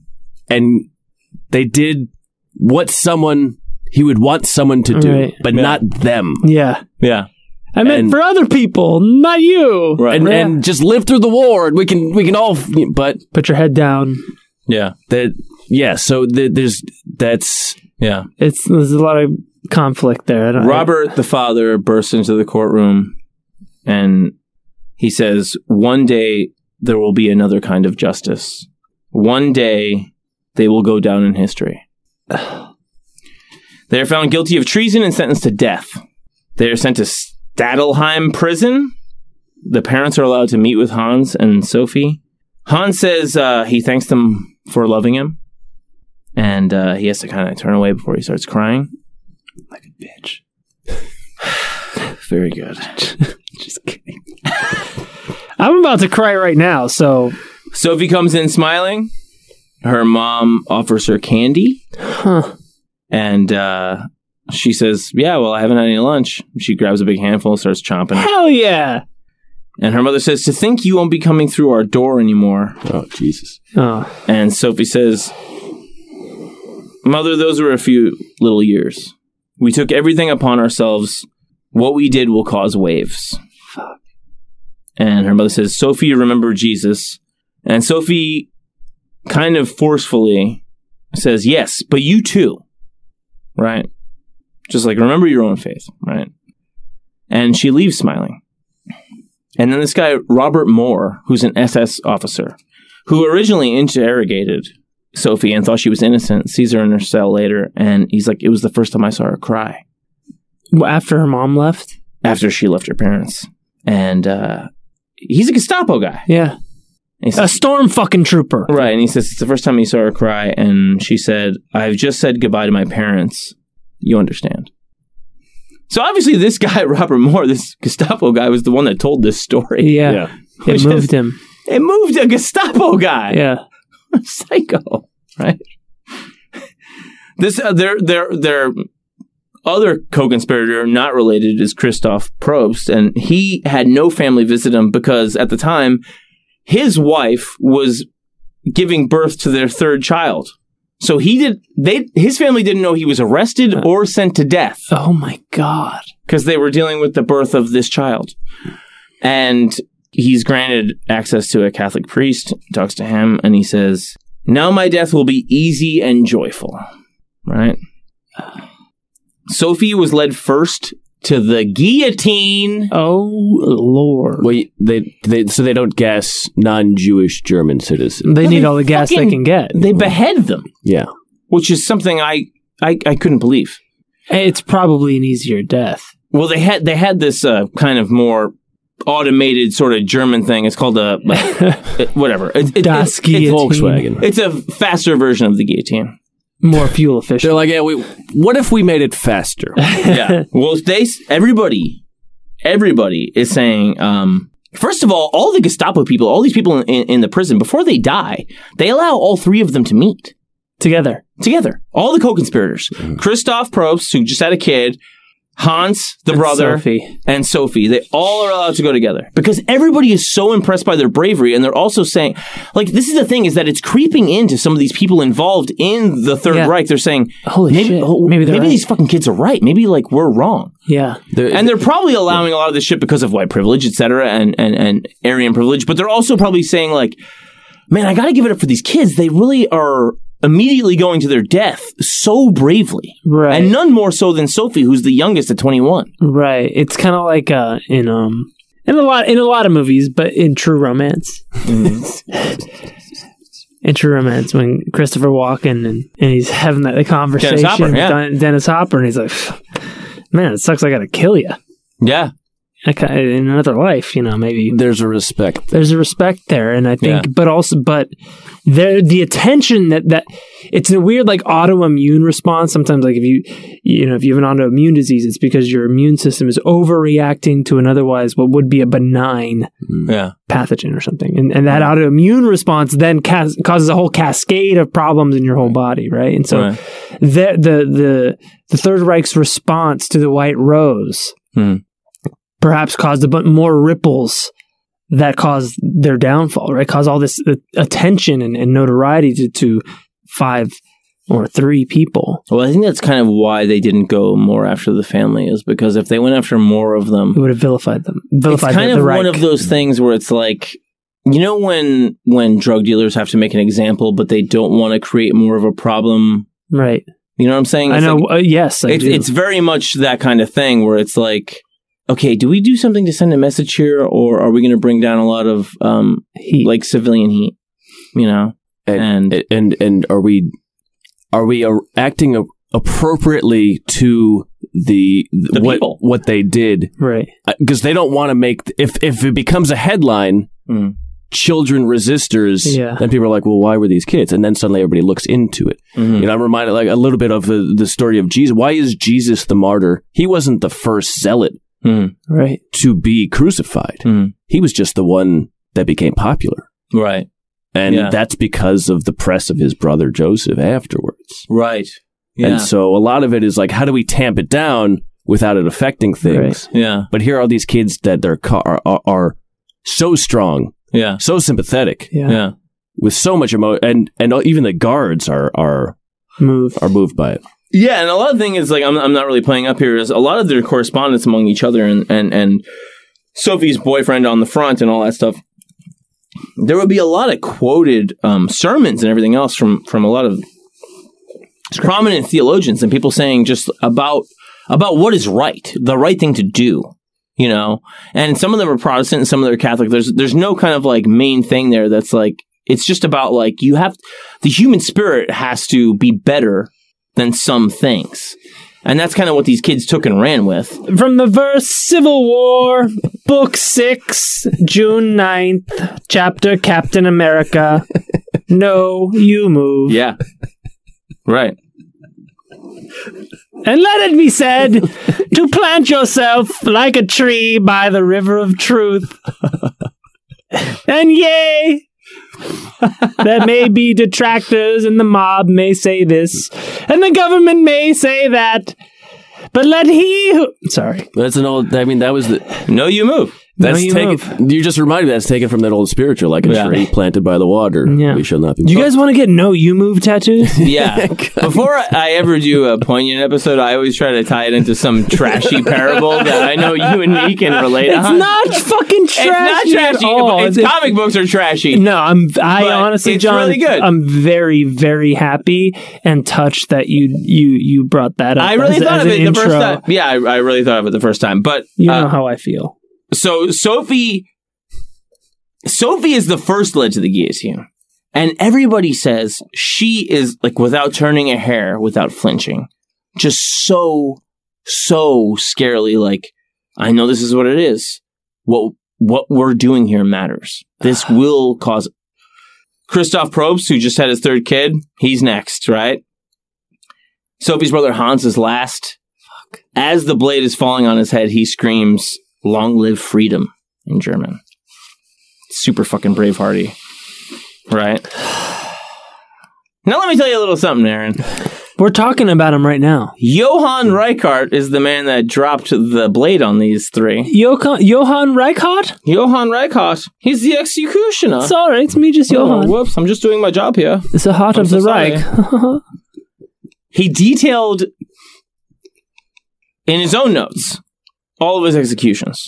Speaker 4: And they did what someone, he would want someone to do,
Speaker 3: Right.
Speaker 4: but
Speaker 2: Yeah.
Speaker 4: not them.
Speaker 3: Yeah.
Speaker 2: Yeah.
Speaker 3: I meant
Speaker 4: And-
Speaker 3: for other people, not you.
Speaker 2: Right.
Speaker 4: And,
Speaker 3: Yeah.
Speaker 4: and just live through the war and we can, we can all, f- but
Speaker 3: Put your head down.
Speaker 2: Yeah.
Speaker 4: that, yeah. So the, there's, that's,
Speaker 2: Yeah.
Speaker 3: it's there's a lot of conflict there. I don't,
Speaker 2: Robert, the father, bursts into the courtroom and he says, One day there will be another kind of justice. One day they will go down in history. [sighs] They are found guilty of treason and sentenced to death. They are sent to Stadelheim prison. The parents are allowed to meet with Hans and Sophie. Hans says uh, he thanks them for loving him, and uh, he has to kind of turn away before he starts crying. Bitch. [sighs] Very good.
Speaker 3: [laughs] Just kidding. I'm about to cry right now. So,
Speaker 2: Sophie comes in smiling. Her mom offers her candy,
Speaker 3: huh.
Speaker 2: and uh, she says, "Yeah, well, I haven't had any lunch." She grabs a big handful, and starts chomping, it.
Speaker 3: hell yeah!
Speaker 2: and her mother says, "To think you won't be coming through our door anymore."
Speaker 4: oh, Jesus.
Speaker 3: Oh,
Speaker 2: And Sophie says, Mother, those were a few little years. We took everything upon ourselves. What we did will cause waves. And her mother says, Sophie, remember Jesus. And Sophie kind of forcefully says, Yes, but you too. Right? Just like, remember your own faith. Right? And she leaves smiling. And then this guy, Robert Moore, who's an SS officer, who originally interrogated Sophie and thought she was innocent, sees her in her cell later, and he's like, It was the first time I saw her cry
Speaker 3: Well, after her mom left.
Speaker 2: after she left her parents. And uh, he's a Gestapo guy.
Speaker 3: Yeah,
Speaker 2: And he
Speaker 3: a
Speaker 2: says,
Speaker 3: storm fucking trooper.
Speaker 2: right. And he says, It's the first time he saw her cry. And she said, I've just said goodbye to my parents. You understand. So obviously, this guy, [laughs] Robert Moore, this Gestapo guy, was the one that told this story.
Speaker 3: Yeah,
Speaker 4: yeah.
Speaker 3: it
Speaker 2: Which
Speaker 3: moved
Speaker 2: is-
Speaker 3: him.
Speaker 2: It moved a Gestapo guy.
Speaker 3: Yeah,
Speaker 2: [laughs] psycho, right? This uh, their their their other co-conspirator, not related, is Christoph Probst, and he had no family visit him because at the time his wife was giving birth to their third child. So he did they his family didn't know he was arrested or sent to death
Speaker 3: Oh my god.
Speaker 2: because they were dealing with the birth of this child. And he's granted access to a Catholic priest, talks to him, and he says, Now my death will be easy and joyful.
Speaker 5: right?
Speaker 2: Sophie was led first to the guillotine.
Speaker 3: Oh Lord.
Speaker 4: Well, you- they, they so they don't gas non-Jewish German citizens.
Speaker 3: They
Speaker 2: Well,
Speaker 3: need
Speaker 2: they
Speaker 3: all the gas they
Speaker 2: fucking-
Speaker 3: can get.
Speaker 2: They behead them,
Speaker 4: Yeah,
Speaker 2: which is something I, I, I couldn't believe.
Speaker 3: It's probably an easier death.
Speaker 2: Well, they had they had this uh, kind of more automated sort of German thing. It's called a whatever. It, it,
Speaker 3: Das
Speaker 2: it- it's,
Speaker 4: Volkswagen.
Speaker 2: it's a faster version of the guillotine.
Speaker 3: More fuel efficient.
Speaker 4: They're like, yeah, we. What if we made it [laughs] faster?
Speaker 2: Yeah. [laughs] well, they s- everybody, everybody is saying. Um, first of all, all the Gestapo people, all these people in, in, in the prison, before they die, they allow all three of them to meet.
Speaker 3: Together.
Speaker 2: together. All the co-conspirators:
Speaker 3: Mm-hmm.
Speaker 2: Christoph Probst, who just had a kid, Hans, the brother,
Speaker 3: Sophie.
Speaker 2: and Sophie. They all are allowed to go together because everybody is so impressed by their bravery, and they're also saying, like, this is the thing: is that it's creeping into some of these people involved in the Third
Speaker 3: Yeah.
Speaker 2: Reich. They're saying,
Speaker 3: Holy
Speaker 2: maybe,
Speaker 3: shit.
Speaker 2: oh,
Speaker 3: Maybe
Speaker 2: maybe,
Speaker 3: they're right.
Speaker 2: these fucking kids are right. Maybe like we're wrong."
Speaker 3: Yeah.
Speaker 4: They're-
Speaker 2: And they're probably allowing a lot of this shit because of white privilege, et cetera, and, and, and Aryan privilege. But they're also probably saying, like, man, I got to give it up for these kids. They really are immediately going to their death so bravely.
Speaker 3: Right.
Speaker 2: And none more so than Sophie, who's the youngest at 21.
Speaker 3: Right. It's kind of like uh in um in a lot in a lot of movies, but in True Romance.
Speaker 2: Mm-hmm.
Speaker 3: [laughs] in True Romance, when Christopher Walken and, and he's having that the conversation
Speaker 2: Hopper,
Speaker 3: with
Speaker 2: yeah.
Speaker 3: Don- Dennis Hopper, and he's like, "Man, it sucks. I got to kill you.
Speaker 2: Yeah.
Speaker 3: Okay, in another life, you know, maybe."
Speaker 4: there's a respect.
Speaker 3: There's a respect there, and I think,
Speaker 2: Yeah.
Speaker 3: but also, but there the attention that that it's a weird like autoimmune response. Sometimes, like if you you know if you have an autoimmune disease, it's because your immune system is overreacting to an otherwise what would be a benign
Speaker 2: Yeah.
Speaker 3: pathogen or something, and and that autoimmune response then cas- causes a whole cascade of problems in your whole body, right? And so
Speaker 2: Right.
Speaker 3: the the the the Third Reich's response to the White Rose
Speaker 2: Hmm.
Speaker 3: perhaps caused a bit more ripples that caused their downfall, right? Caused all this uh, attention and, and notoriety to, to five or three people.
Speaker 2: Well, I think that's kind of why they didn't go more after the family, is because if they went after more of them,
Speaker 3: It would have vilified them. Vilified
Speaker 2: it's kind
Speaker 3: the,
Speaker 2: of
Speaker 3: the Reich.
Speaker 2: one of those things where it's like you know when when drug dealers have to make an example but they don't want to create more of a problem
Speaker 3: right.
Speaker 2: you know what i'm saying
Speaker 3: I
Speaker 2: It's
Speaker 3: know.
Speaker 2: like-
Speaker 3: uh, yes, I
Speaker 2: it's,
Speaker 3: do.
Speaker 2: it's very much that kind of thing where it's like okay do we do something to send a message here or are we going to bring down a lot of um
Speaker 3: Heat.
Speaker 2: like civilian heat you know
Speaker 4: And
Speaker 2: And-
Speaker 4: and and, are we are we uh, acting a- appropriately to the,
Speaker 2: The
Speaker 4: what
Speaker 2: people.
Speaker 4: what they did
Speaker 3: right.
Speaker 4: because Uh, they don't want to make if if it becomes a headline.
Speaker 2: Mm.
Speaker 4: Children resistors.
Speaker 3: Yeah.
Speaker 4: Then people are like, "Well, why were these kids?" And then suddenly everybody looks into it.
Speaker 2: Hmm. mm-hmm,
Speaker 4: You know, I'm reminded like a little bit of the, the story of Jesus. Why is Jesus the martyr? He wasn't the first zealot
Speaker 2: Mhm.
Speaker 3: Right.
Speaker 4: to be crucified.
Speaker 2: Mhm.
Speaker 4: He was just the one that became popular.
Speaker 2: right
Speaker 4: And
Speaker 2: Yeah.
Speaker 4: that's because of the press of his brother Joseph afterwards.
Speaker 2: right yeah
Speaker 4: And so a lot of it is like, how do we tamp it down without it affecting things?
Speaker 2: yeah
Speaker 4: But here are these kids that they're ca- are, are, are so strong,
Speaker 2: yeah
Speaker 4: so sympathetic,
Speaker 3: Yeah.
Speaker 2: yeah
Speaker 4: with so much emotion, and and even the guards are are
Speaker 3: Move.
Speaker 4: are moved by it.
Speaker 2: Yeah, and a lot of thing is like I'm, I'm not really playing up here is a lot of their correspondence among each other and and and Sophie's boyfriend on the front and all that stuff. There would be a lot of quoted um, sermons and everything else from from a lot of prominent theologians and people saying just about about what is right, the right thing to do, you know. And some of them are Protestant and some of them are Catholic. There's there's no kind of like main thing there that's like it's just about like you have the human spirit has to be better than some things. And that's kind of what these kids took and ran with.
Speaker 3: From the verse Civil War, Book 6, June 9th, chapter Captain America. No, you move.
Speaker 2: Yeah. right.
Speaker 3: And let it be said to plant yourself like a tree by the river of truth. and yea, there may be detractors, and the mob may say this, and the government may say that. But let he who. Sorry.
Speaker 4: That's an old. I mean, that was the
Speaker 2: No, you move.
Speaker 4: That's
Speaker 3: you
Speaker 4: taken.
Speaker 3: move.
Speaker 4: You just reminded me that's taken from that old spiritual, like a
Speaker 2: Yeah.
Speaker 4: tree planted by the water.
Speaker 3: Yeah.
Speaker 4: We shall not be.
Speaker 3: Do you guys want to get no you move tattoos?
Speaker 2: [laughs] Yeah. Before I ever do a poignant episode, I always try to tie it into some trashy parable that I know you and me can relate
Speaker 3: it's
Speaker 2: on.
Speaker 3: not fucking
Speaker 2: Uh-huh. it's
Speaker 3: trashy.
Speaker 2: not trashy.
Speaker 3: At all.
Speaker 2: but It's, comic books are trashy.
Speaker 3: no, I'm. I
Speaker 2: But
Speaker 3: honestly,
Speaker 2: it's
Speaker 3: John,
Speaker 2: really good.
Speaker 3: I'm very, very happy and touched that you you you brought that up.
Speaker 2: I really
Speaker 3: as,
Speaker 2: thought
Speaker 3: as
Speaker 2: of it
Speaker 3: an
Speaker 2: the
Speaker 3: intro.
Speaker 2: first time. Yeah, I, I really thought of it the first time. But
Speaker 3: You
Speaker 2: uh,
Speaker 3: know how I feel.
Speaker 2: so Sophie, Sophie is the first led to the guillotine, and everybody says she is like without turning a hair, without flinching, just so so scarily like I know this is what it is. What what we're doing here matters. This will cause. Christoph Probst, who just had his third kid, he's next, right? Sophie's brother Hans is last. As the blade is falling on his head, he screams, Long live freedom in German. Super fucking bravehearty. Right? [sighs] Now let me tell you a little something, Aaron.
Speaker 3: We're talking about him right now.
Speaker 2: Johann Reichart is the man that dropped the blade on these three.
Speaker 3: Johan, Johan Reichhardt?
Speaker 2: Johann Reichart, he's the executioner.
Speaker 3: Sorry, it's me, just
Speaker 2: Oh,
Speaker 3: Johan.
Speaker 2: whoops, I'm just doing my job here.
Speaker 3: It's the heart
Speaker 2: I'm
Speaker 3: of
Speaker 2: so
Speaker 3: the
Speaker 2: sorry.
Speaker 3: Reich. [laughs]
Speaker 2: He detailed in his own notes all of his executions.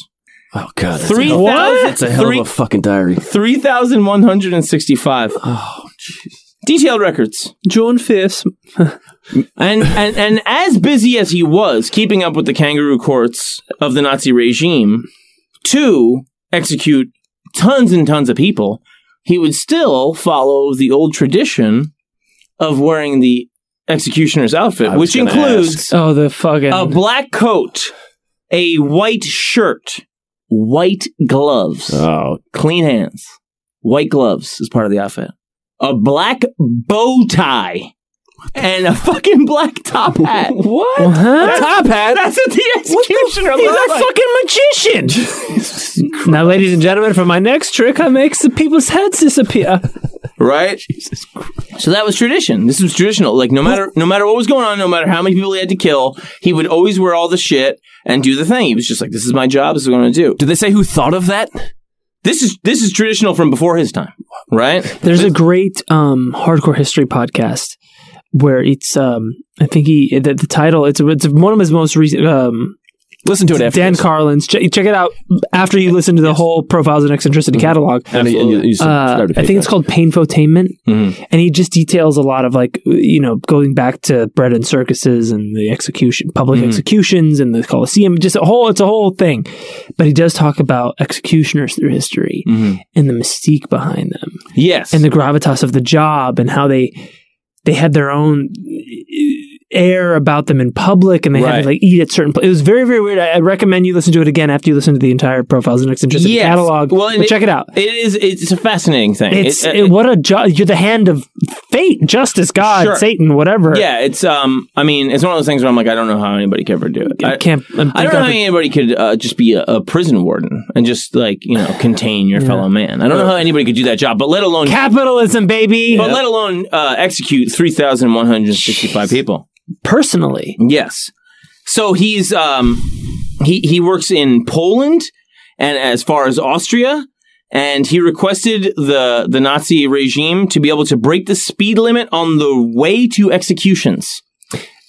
Speaker 4: Oh God! that's a
Speaker 2: Three
Speaker 4: hell-
Speaker 2: thousand-
Speaker 4: That's a hell
Speaker 2: three-
Speaker 4: of a fucking diary.
Speaker 2: 3,165.
Speaker 4: Oh,
Speaker 2: Detailed records.
Speaker 3: John Fierce.
Speaker 2: And, and and as busy as he was keeping up with the kangaroo courts of the Nazi regime to execute tons and tons of people, he would still follow the old tradition of wearing the executioner's outfit,
Speaker 4: I was
Speaker 2: which
Speaker 4: gonna
Speaker 2: includes
Speaker 3: Oh, the fucking.
Speaker 2: a black coat, a white shirt, white gloves
Speaker 4: Oh,
Speaker 2: clean hands, white gloves is part of the outfit, a black bow tie, and a fucking black top
Speaker 4: [laughs]
Speaker 2: hat. what?
Speaker 3: Huh?
Speaker 2: Top hat? That's what the executioner
Speaker 3: He's
Speaker 2: looked
Speaker 3: a
Speaker 2: like.
Speaker 3: fucking magician! now, ladies and gentlemen, for my next trick, I make the people's heads disappear.
Speaker 2: right? So that was tradition. This was traditional. Like no matter no matter what was going on, no matter how many people he had to kill, he would always wear all the shit and do the thing. He was just like, "This is my job. This is what I'm going to do."
Speaker 4: did they say who thought of that?
Speaker 2: This is this is traditional from before his time, right?
Speaker 3: There's a great um, hardcore history podcast where it's, um, I think he, the, the title, it's, it's one of his most recent, um,
Speaker 4: Listen to it after
Speaker 3: Dan
Speaker 4: this.
Speaker 3: Carlin's. Check, check it out after you listen to the whole Profiles and Eccentricity catalog.
Speaker 4: Mm-hmm. And you- and you- you
Speaker 3: Uh,
Speaker 4: subscribe to Mm-hmm.
Speaker 3: I think it's
Speaker 4: Patreon.
Speaker 3: called Painfotainment.
Speaker 2: Mhm.
Speaker 3: And he just details a lot of like, you know, going back to bread and circuses and the execution,
Speaker 4: Mm-hmm.
Speaker 3: public executions and the Colosseum, just a whole, it's a whole thing. But he does talk about executioners through history
Speaker 4: Mm-hmm.
Speaker 3: and the mystique behind them
Speaker 2: Yes.
Speaker 3: and the gravitas of the job and how they, they had their own air about them in public and they had
Speaker 2: Right.
Speaker 3: to like eat at certain places. It was very, very weird. I, I recommend you listen to it again after you listen to the entire Profiles and Eccentricity
Speaker 2: Yes.
Speaker 3: catalog.
Speaker 2: Well, and
Speaker 3: But
Speaker 2: it-
Speaker 3: check it out.
Speaker 2: it is. It's a fascinating thing.
Speaker 3: It's
Speaker 2: It- uh,
Speaker 3: it, what a ju- you're the hand of fate, justice, God,
Speaker 2: Sure.
Speaker 3: Satan, whatever.
Speaker 2: Yeah, it's um. I mean, it's one of those things where I'm like, I don't know how anybody could ever do it.
Speaker 3: I
Speaker 2: I,
Speaker 3: can't. um, I'm,
Speaker 2: I don't know how anybody could uh, just be a, a prison warden and just like you know contain your fellow man. I don't know how anybody could do that job, but let alone
Speaker 3: capitalism, baby.
Speaker 2: but let alone uh, execute three thousand one hundred sixty-five people.
Speaker 3: Personally,
Speaker 2: Yes. So he's um he he works in Poland and as far as Austria and he requested the the Nazi regime to be able to break the speed limit on the way to executions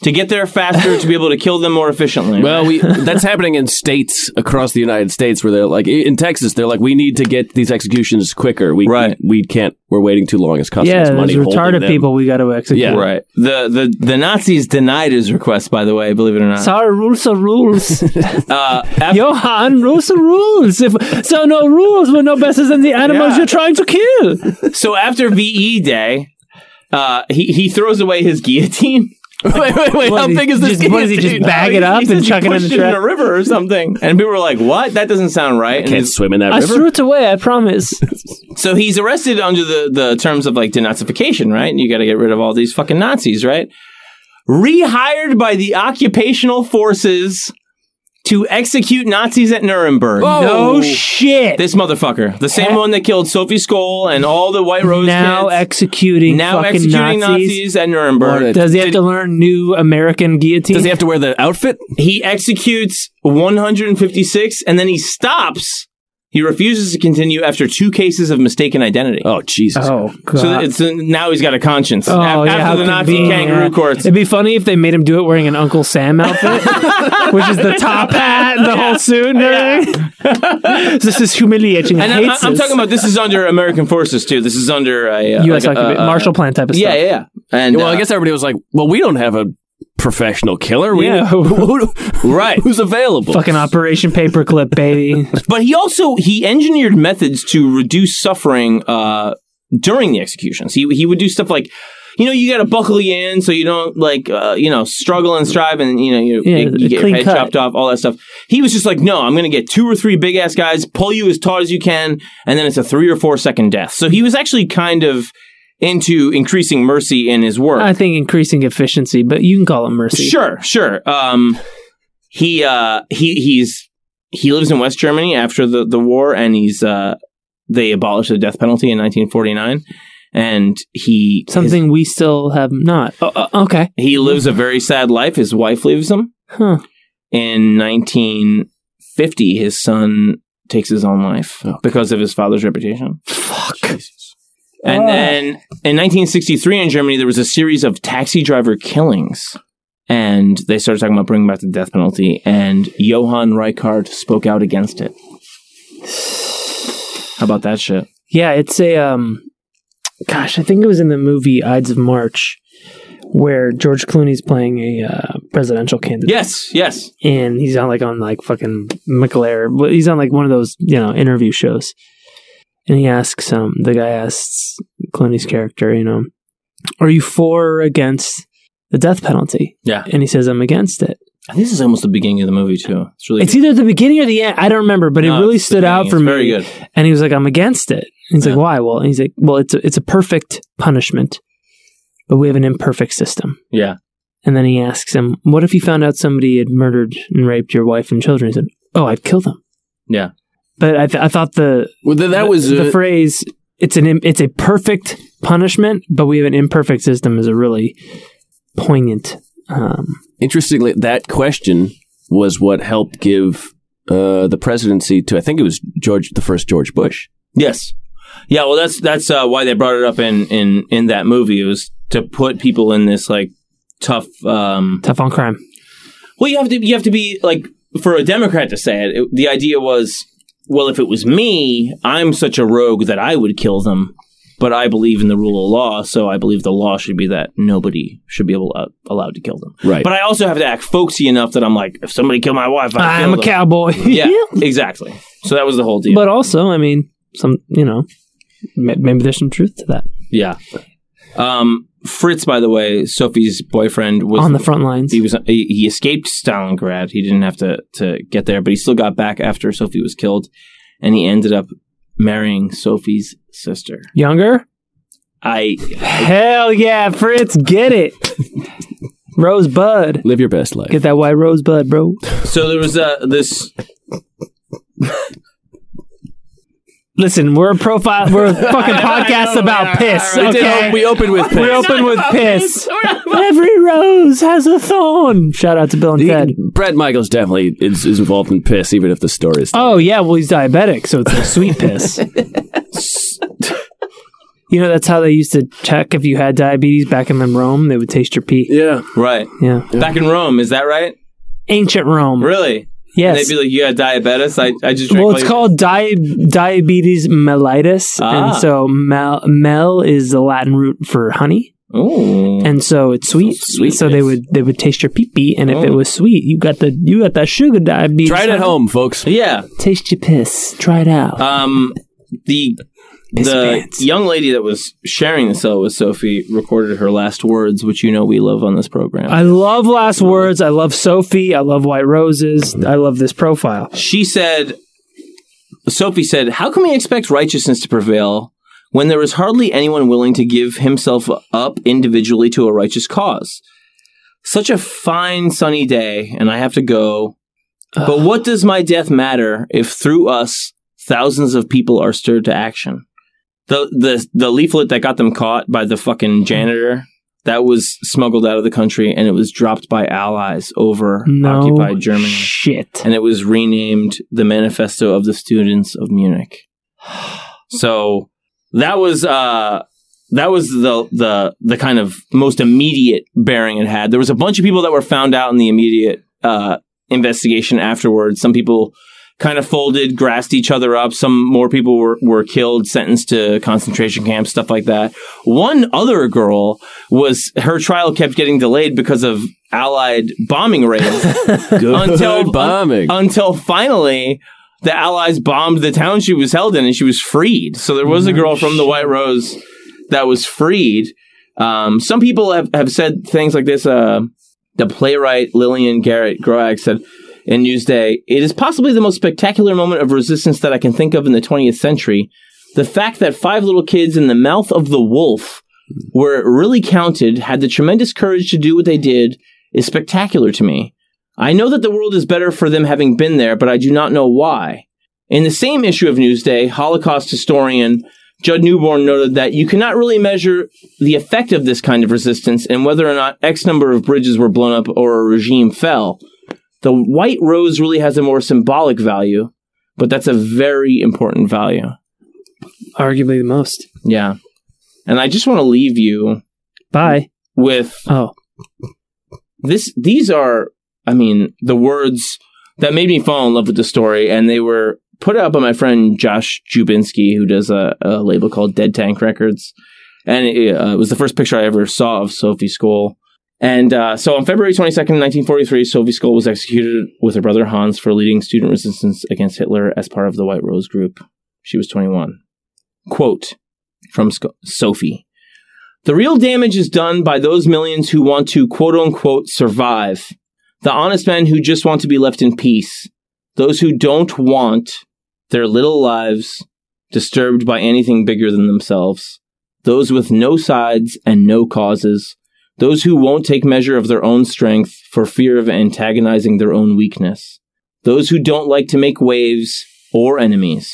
Speaker 2: to get there faster to be able to kill them more efficiently.
Speaker 4: [laughs] Well, we that's happening in states across the United States where they're like in Texas, they're like, we need to get these executions quicker. We
Speaker 2: Right.
Speaker 4: we, we can't. We're waiting too long. It's costing
Speaker 3: yeah,
Speaker 4: us
Speaker 3: there's
Speaker 4: money. holding
Speaker 3: retarded
Speaker 4: them.
Speaker 3: people we got to execute.
Speaker 4: Yeah.
Speaker 2: right. The the the Nazis denied his request by the way, believe it or not.
Speaker 3: Sorry, rules are rules.
Speaker 2: uh af-
Speaker 3: Johan, rules are rules. If so, no rules, we're no better than the animals
Speaker 2: Yeah.
Speaker 3: you're trying to kill.
Speaker 2: so after VE day, uh he he throws away his guillotine.
Speaker 4: wait, wait, wait.
Speaker 3: What
Speaker 4: How
Speaker 3: is he-
Speaker 4: big is this?
Speaker 3: just- what is he, just
Speaker 4: guillotine?
Speaker 3: bag
Speaker 2: No, [laughs]
Speaker 3: it
Speaker 2: he-
Speaker 3: up
Speaker 2: he
Speaker 3: and
Speaker 2: says he
Speaker 3: chuck it in
Speaker 2: pushed
Speaker 3: the trash?
Speaker 2: in a river or something. And people were like, "What? That doesn't sound right." And
Speaker 4: Can't
Speaker 2: he's-
Speaker 4: swim in that
Speaker 3: I
Speaker 4: river.
Speaker 3: threw it away. I promise.
Speaker 2: so he's arrested under the the terms of like denazification, right? And you got to get rid of all these fucking Nazis, right? Rehired by the occupational forces to execute Nazis at Nuremberg.
Speaker 4: Oh.
Speaker 3: No shit.
Speaker 2: This motherfucker, the same
Speaker 3: Heck.
Speaker 2: one that killed Sophie Skoll and all the White Rose
Speaker 3: now
Speaker 2: kids,
Speaker 3: executing
Speaker 2: now
Speaker 3: fucking
Speaker 2: executing Nazis.
Speaker 3: Nazis.
Speaker 2: at Nuremberg.
Speaker 4: What a
Speaker 3: Does he have to learn new American guillotine?
Speaker 4: Does he have to wear the outfit?
Speaker 2: he executes 156 and then he stops He refuses to continue after two cases of mistaken identity.
Speaker 4: Oh Jesus!
Speaker 3: Oh, God.
Speaker 2: So it's now he's got a conscience.
Speaker 3: Oh,
Speaker 2: Af-
Speaker 3: yeah, how
Speaker 2: after the Nazi
Speaker 3: convenient.
Speaker 2: kangaroo courts.
Speaker 3: It'd be funny if they made him do it wearing an Uncle
Speaker 2: [laughs]
Speaker 3: Sam outfit, which is the top hat and the whole suit and everything. [laughs] this is humiliating. I
Speaker 2: And I'm,
Speaker 3: hate
Speaker 2: I'm
Speaker 3: this.
Speaker 2: talking about this is under American forces too. This is under a uh,
Speaker 3: U.S.
Speaker 2: like a-
Speaker 3: occupa-
Speaker 2: a- a-
Speaker 3: Marshall Plan type of
Speaker 2: Yeah,
Speaker 3: stuff.
Speaker 2: yeah, yeah. And
Speaker 4: Well,
Speaker 2: uh,
Speaker 4: I guess everybody was like, "Well, we don't have a professional killer. We
Speaker 3: Yeah.
Speaker 4: [laughs] who- who-
Speaker 3: [laughs]
Speaker 2: right.
Speaker 4: who's available."
Speaker 3: Fucking Operation Paperclip, baby.
Speaker 2: But he also he engineered methods to reduce suffering uh, during the executions. He he would do stuff like. You know, you got to buckle you in so you don't like, uh, you know, struggle and strive, and you know, you,
Speaker 3: Yeah,
Speaker 2: you get
Speaker 3: clean
Speaker 2: your head
Speaker 3: cut.
Speaker 2: chopped off, all that stuff. He was just like, no, I'm going to get two or three big ass guys, pull you as taut as you can, and then it's a three or four second death. So he was actually kind of into increasing mercy in his work.
Speaker 3: I think increasing efficiency, but you can call it mercy.
Speaker 2: Sure, sure. Um, he uh, he he's he lives in West Germany after the the war, and he's uh, they abolished the death penalty in 1949, and he
Speaker 3: Something we still have not. Oh, uh, okay.
Speaker 2: his- he lives a very sad life. His wife leaves him
Speaker 3: Huh.
Speaker 2: in 1950. His son takes his own life because of his father's reputation.
Speaker 3: Fuck.
Speaker 2: And
Speaker 3: Ah.
Speaker 2: then in 1963 in Germany, there was a series of taxi driver killings. And they started talking about bringing back the death penalty. And Johann Reichardt spoke out against it. How about that shit?
Speaker 3: Yeah, it's a um gosh, I think it was in the movie Ides of March where George Clooney's playing a uh, presidential candidate
Speaker 2: Yes, yes.
Speaker 3: and he's on like on like fucking McLaren, but he's on like one of those, you know, interview shows. And he asks um the guy asks Clooney's character, you know, are you for or against the death penalty?
Speaker 2: Yeah.
Speaker 3: And he says I'm against it.
Speaker 2: I think this is almost the beginning of the movie, too. It's really
Speaker 3: It's either at the beginning or the end. I don't remember, but
Speaker 2: No,
Speaker 3: it really
Speaker 2: it's the
Speaker 3: stood out
Speaker 2: beginning.
Speaker 3: for
Speaker 2: It's
Speaker 3: me.
Speaker 2: Very good.
Speaker 3: And he was like, I'm against it. And he's
Speaker 2: Yeah.
Speaker 3: like, why? Well, and he's like, well, it's a, it's a perfect punishment, but we have an imperfect system.
Speaker 2: Yeah.
Speaker 3: And then he asks him, what if you found out somebody had murdered and raped your wife and children? He said, oh, I'd kill them.
Speaker 2: Yeah.
Speaker 3: But I, th- I thought the
Speaker 4: Well, th- that
Speaker 3: the-
Speaker 4: was
Speaker 3: the
Speaker 4: uh,
Speaker 3: phrase. It's an im- it's a perfect punishment, but we have an imperfect system is a really poignant. Um,
Speaker 4: interestingly that question was what helped give uh, the presidency to I think it was George the first George Bush.
Speaker 2: Yes. Yeah, well, that's that's uh, why they brought it up in, in, in that movie. It was to put people in this, like, tough um,
Speaker 3: tough on crime.
Speaker 2: Well, you have to you have to be like for a Democrat to say it. it- the idea was, well, if it was me, I'm such a rogue that I would kill them. But I believe in the rule of law, so I believe the law should be that nobody should be able uh, allowed to kill them.
Speaker 4: Right.
Speaker 2: But I also have to act folksy enough that I'm like, if somebody killed my wife, I'd
Speaker 3: I'm
Speaker 2: kill
Speaker 3: a
Speaker 2: them.
Speaker 3: cowboy. [laughs]
Speaker 2: Yeah, exactly. So that was the whole deal.
Speaker 3: But also, I mean, some you know, ma- maybe there's some truth to that
Speaker 2: yeah. Um, Fritz, by the way, Sophie's boyfriend was
Speaker 3: on the front lines.
Speaker 2: he was he, he escaped Stalingrad. He didn't have to to get there, but he still got back after Sophie was killed, and he ended up marrying Sophie's sister.
Speaker 3: Younger?
Speaker 2: I
Speaker 3: Hell yeah, Fritz,
Speaker 2: [laughs]
Speaker 3: get it. Rosebud.
Speaker 4: Live your best life.
Speaker 3: Get that white rosebud, bro.
Speaker 2: so there was uh, this
Speaker 3: Listen, we're a profile,
Speaker 2: [laughs]
Speaker 3: we're a fucking
Speaker 2: I
Speaker 3: podcast
Speaker 2: know,
Speaker 3: about
Speaker 2: we are,
Speaker 3: piss.
Speaker 2: all right.
Speaker 4: We did-
Speaker 3: Okay.
Speaker 4: we opened with
Speaker 3: We
Speaker 4: piss.
Speaker 3: open with piss. Every rose has a thorn. Shout out to Bill and Ted.
Speaker 4: The- Brad Michaels definitely is, is involved in piss, even if the story is.
Speaker 3: Oh yeah, well he's diabetic, so it's a sweet piss. you know that's how they used to check if you had diabetes back in the Rome. They would taste your pee.
Speaker 4: yeah,
Speaker 2: right
Speaker 3: Yeah,
Speaker 2: back in Rome. Is that right?
Speaker 3: ancient Rome.
Speaker 2: Really? And
Speaker 3: Yes.
Speaker 2: they'd be like, "You got diabetes." I I just drank
Speaker 3: Well,
Speaker 2: all
Speaker 3: it's
Speaker 2: your-"
Speaker 3: called di- diabetes mellitus,
Speaker 2: Ah.
Speaker 3: and so mel-, mel is the Latin root for honey,
Speaker 2: Ooh.
Speaker 3: and so it's sweet.
Speaker 4: sweet.
Speaker 3: So they would they would taste your pee pee, and if it
Speaker 2: Oh.
Speaker 3: was sweet, you got the you got that sugar diabetes.
Speaker 4: try it at
Speaker 3: [laughs]
Speaker 4: home, folks.
Speaker 2: yeah.
Speaker 3: Taste your piss. Try it out.
Speaker 2: Um, the
Speaker 3: Piss
Speaker 2: the
Speaker 3: pants.
Speaker 2: young lady that was sharing the cell with Sophie recorded her last words, which you know we love on this program.
Speaker 3: I love last words. I love Sophie. I love white roses. I love this profile.
Speaker 2: she said, Sophie said, How can we expect righteousness to prevail when there is hardly anyone willing to give himself up individually to a righteous cause? Such a fine sunny day, and I have to go. But what does my death matter if through us thousands of people are stirred to action? The the the leaflet that got them caught by the fucking janitor that was smuggled out of the country and it was dropped by allies over
Speaker 3: No
Speaker 2: occupied Germany.
Speaker 3: shit.
Speaker 2: and it was renamed the Manifesto of the Students of Munich. So that was uh, that was the the the kind of most immediate bearing it had. There was a bunch of people that were found out in the immediate uh, investigation afterwards. Some people kind of folded, grassed each other up. Some more people were, were killed, sentenced to concentration camps, stuff like that. One other girl was her trial kept getting delayed because of Allied bombing raids until
Speaker 4: Good bombing.
Speaker 2: until finally the allies bombed the town she was held in and she was freed so there was a girl from the white rose that was freed um, some people have, have said things like this uh, the playwright lillian garrett groag said in newsday it is possibly the most spectacular moment of resistance that i can think of in the 20th century the fact that five little kids in the mouth of the wolf were really counted had the tremendous courage to do what they did is spectacular to me I know that the world is better for them having been there, but I do not know why. In the same issue of Newsday, Holocaust historian Judd Newborn noted that you cannot really measure the effect of this kind of resistance and whether or not X number of bridges were blown up or a regime fell. The White Rose really has a more symbolic value, but that's a very important value.
Speaker 3: Arguably the most.
Speaker 2: Yeah. And I just want to leave you
Speaker 3: Bye.
Speaker 2: with
Speaker 3: Oh,
Speaker 2: this these are i mean the words that made me fall in love with the story and they were put out by my friend josh jubinsky who does a, a label called dead tank records and it, uh, it was the first picture i ever saw of sophie school and uh, so on february 22nd 1943 sophie school was executed with her brother hans for leading student resistance against hitler as part of the white rose group she was 21 quote from Sco- sophie the real damage is done by those millions who want to quote unquote survive. The honest men who just want to be left in peace. Those who don't want their little lives disturbed by anything bigger than themselves. Those with no sides and no causes. Those who won't take measure of their own strength for fear of antagonizing their own weakness. Those who don't like to make waves or enemies.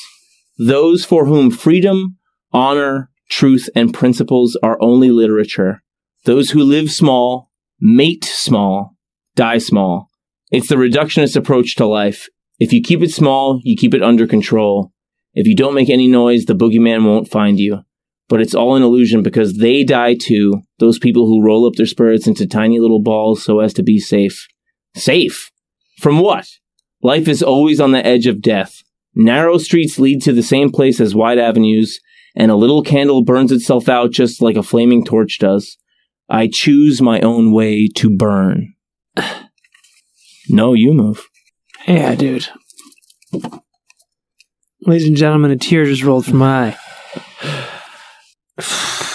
Speaker 2: Those for whom freedom honor, truth, and principles are only literature. Those who live small, mate small, die small. It's the reductionist approach to life. If you keep it small, you keep it under control. If you don't make any noise, the boogeyman won't find you. But it's all an illusion because they die too, those people who roll up their spirits into tiny little balls so as to be safe. Safe? From what? Life is always on the edge of death. Narrow streets lead to the same place as wide avenues, and a little candle burns itself out just like a flaming torch does. I choose my own way to burn. [sighs] no, you move.
Speaker 3: yeah, dude. Ladies and gentlemen, a tear just rolled from my eye.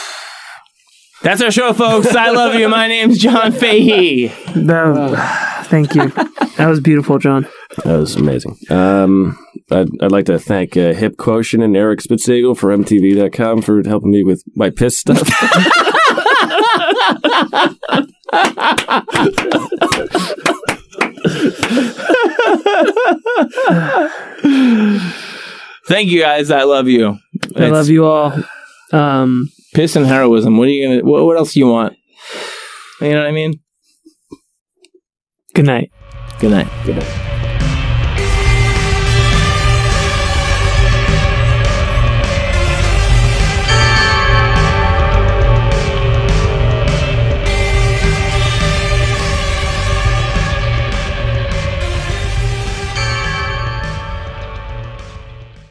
Speaker 2: That's our show, folks. I love you. My name's John Fahey.
Speaker 3: That- thank [laughs] you. That was beautiful, John.
Speaker 4: That was amazing. Um, I'd, I'd like to thank uh, Hip Quotient and Eric Spitzegel for MTV.com for helping me with my piss stuff.
Speaker 2: Thank you, guys. I love you.
Speaker 3: I love you all. Um,
Speaker 2: Piss and heroism. What are you gonna? What, what else do you want? You know what I mean?
Speaker 3: good night.
Speaker 2: Good night.
Speaker 4: Good night.